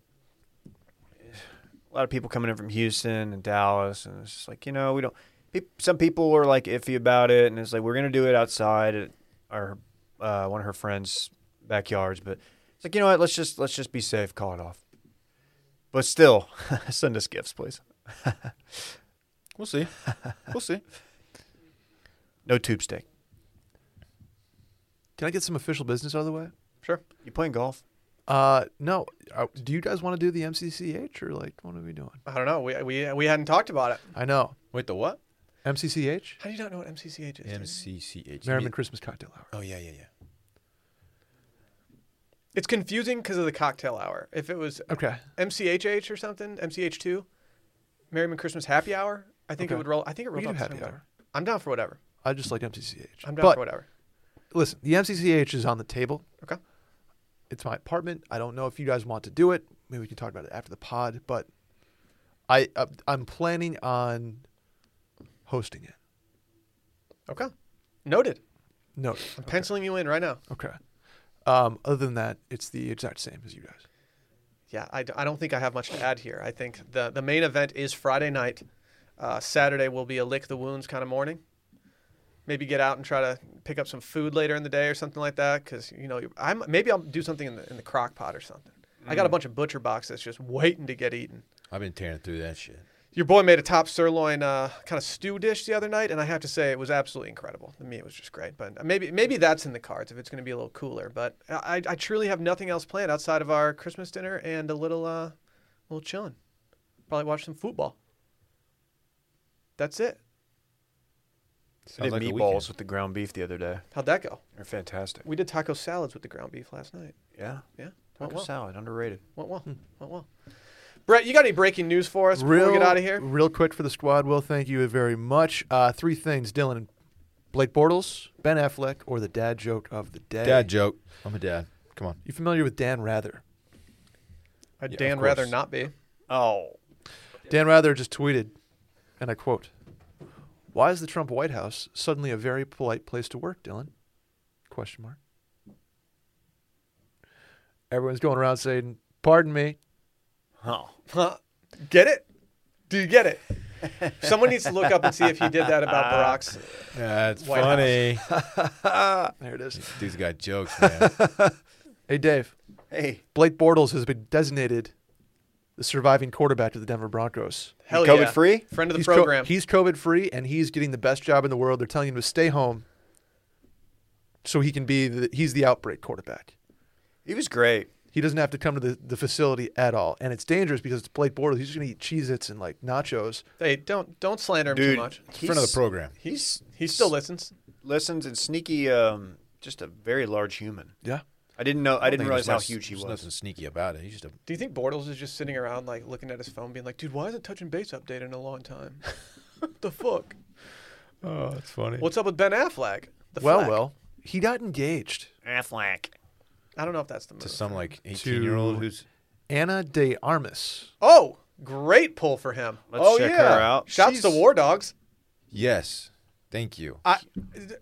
a lot of people coming in from Houston and Dallas, and it's just like you know we don't. pe- Some people were like iffy about it, and it's like we're gonna do it outside at our uh, one of her friends' backyards, but it's like you know what? Let's just let's just be safe, call it off. But still, send us gifts, please.
We'll see. we'll see.
No tube steak.
Can I get some official business out of the way?
Sure. You playing golf?
Uh, no. Uh, do you guys want to do the MCCH or like what are we doing?
I don't know. We, we, we hadn't talked about it.
I know
Wait, the what?
MCCH,
How do you not know what MCCH is? dude?
MCCH.
Merriman Christmas Cocktail Hour.
Oh yeah, yeah, yeah.
It's confusing because of the cocktail hour. If it was
Okay.
MCHH or something, MCH2, Merryman Christmas Happy Hour, I think it
Okay.
would roll. I think it
We
rolls
can
out
do
the
happy
same
hour.
time. I'm down for whatever.
I just like MCCH.
I'm down
but
for whatever.
listen, the MCCH is on the table.
Okay.
It's my apartment. I don't know if you guys want to do it. Maybe we can talk about it after the pod. But I uh, I'm planning on hosting it.
Okay. Noted.
No.
I'm penciling you in right now.
Okay. Um, other than that, it's the exact same as you guys.
Yeah, I, d- I don't think I have much to add here. I think the, the main event is Friday night. Uh, Saturday will be a lick the wounds kind of morning. Maybe get out and try to pick up some food later in the day or something like that. Because you know, you- I'm maybe I'll do something in the in the crock pot or something. I
Mm.
got a bunch of butcher boxes just waiting to get eaten.
I've been tearing through that shit.
Your boy made a top sirloin uh, kind of stew dish the other night, and I have to say it was absolutely incredible. The meat was just great, but uh, maybe maybe that's in the cards if it's going to be a little cooler. But I, I truly have nothing else planned outside of our Christmas dinner and a little uh, little chilling. Probably watch some football. That's it.
I did
like
meatballs
the weekend.
with the ground beef the other day.
How'd that go?
They're fantastic.
We did taco salads with the ground beef last night.
Yeah.
Yeah, went
Taco
well.
salad, underrated.
Went
Hmm.
well. Went well. Brett, you got any breaking news for us before we get out of here?
Real quick for the squad. Will, thank you very much. Uh, three things: Dylan, Blake Bortles, Ben Affleck, or the dad joke of the day.
Dad joke. I'm a dad. Come on.
You familiar with Dan Rather?
I'd
Yeah, of
Dan rather
course.
not be.
Oh.
Dan Rather just tweeted, and I quote: "Why is the Trump White House suddenly a very polite place to work, Dylan?" Question mark. Everyone's going around saying, "Pardon me."
Oh.
Huh? Get it? Do you get it? Someone needs to look up and see if he did that about Barack's.
That's
White
funny.
Ah, There it is.
Dude's got jokes, man.
Hey, Dave.
Hey.
Blake Bortles has been designated the surviving quarterback of the Denver Broncos.
Hell
COVID
yeah.
free?
Friend of the
he's co-
program.
he's COVID free and he's getting the best job in the world. They're telling him to stay home so he can be the, he's the outbreak quarterback.
He was great.
He doesn't have to come to the, the facility at all, and it's dangerous because it's Blake Bortles. He's just gonna eat Cheez-Its and like nachos.
Hey, don't don't slander him
Dude,
too much.
Friend of the program.
He's
He still listens.
listens and sneaky. Um, just a very large human.
Yeah,
I didn't know. I, didn't
think
realize
there's
how
nothing-
huge he
there's
was.
Nothing sneaky about it. He's just a
Do you think Bortles is just sitting around like looking at his phone, being like, "Dude, why isn't touching base updated in a long time? the fuck?
oh, that's funny.
What's up with Ben Affleck? The
well,
Fleck.
well, he got engaged.
Affleck.
I don't know if that's the move.
to some like 18 year old who's
Anna De Armas.
oh, great pull for him.
Let's
oh
check
yeah,
her out.
Shots to
She's-
War Dogs.
yes, thank you.
I,
Ah,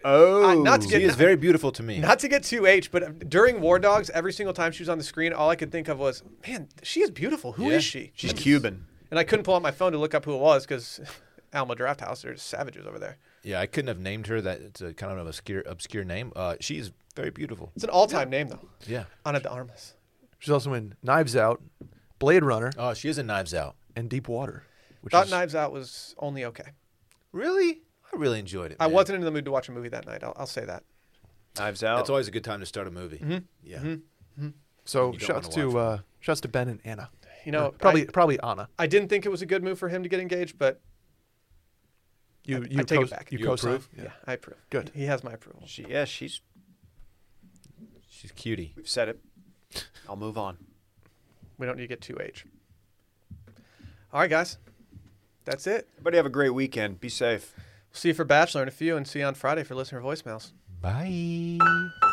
Oh,
I, not to
She
get
is very beautiful to me.
Not to get too H, but uh, during War Dogs, every single time she was on the screen, all I could think of was, man, she is beautiful. Who is
Yeah.
she?
she's Cuban.
And I couldn't pull out my phone to look up who it was because Alma Draft House, there's savages over there.
yeah, I couldn't have named her that. It's a kind of an obscure obscure name. Uh, she's very beautiful.
It's an all time name, though.
Yeah.
Ana de Armas.
She's also in Knives Out, Blade Runner,
Oh, she is in Knives Out.
and Deep Water. Which
Thought
is,
Knives Out was only okay.
Really? I really enjoyed it.
I
man.
wasn't in the mood to watch a movie that night. I'll, I'll say that.
Knives out.
That's always a good time to start a movie. Yeah.
so
You don't
shouts
wanna
to
watch
uh, shouts to Ben and Anna.
You know,
Or probably probably Anna.
I, I didn't think it was a good move for him to get engaged, but
You
I
you
take it
co-
back.
You,
You
co-sign?
approve?
yeah, I approve.
Good.
He has my approval.
She, yeah, she's.
She's cutie.
We've said it. I'll move on.
We don't need to get too H. All right, guys. That's it.
Everybody have a great weekend. Be safe.
See you for Bachelor in a few and see you on Friday for listener voicemails.
Bye.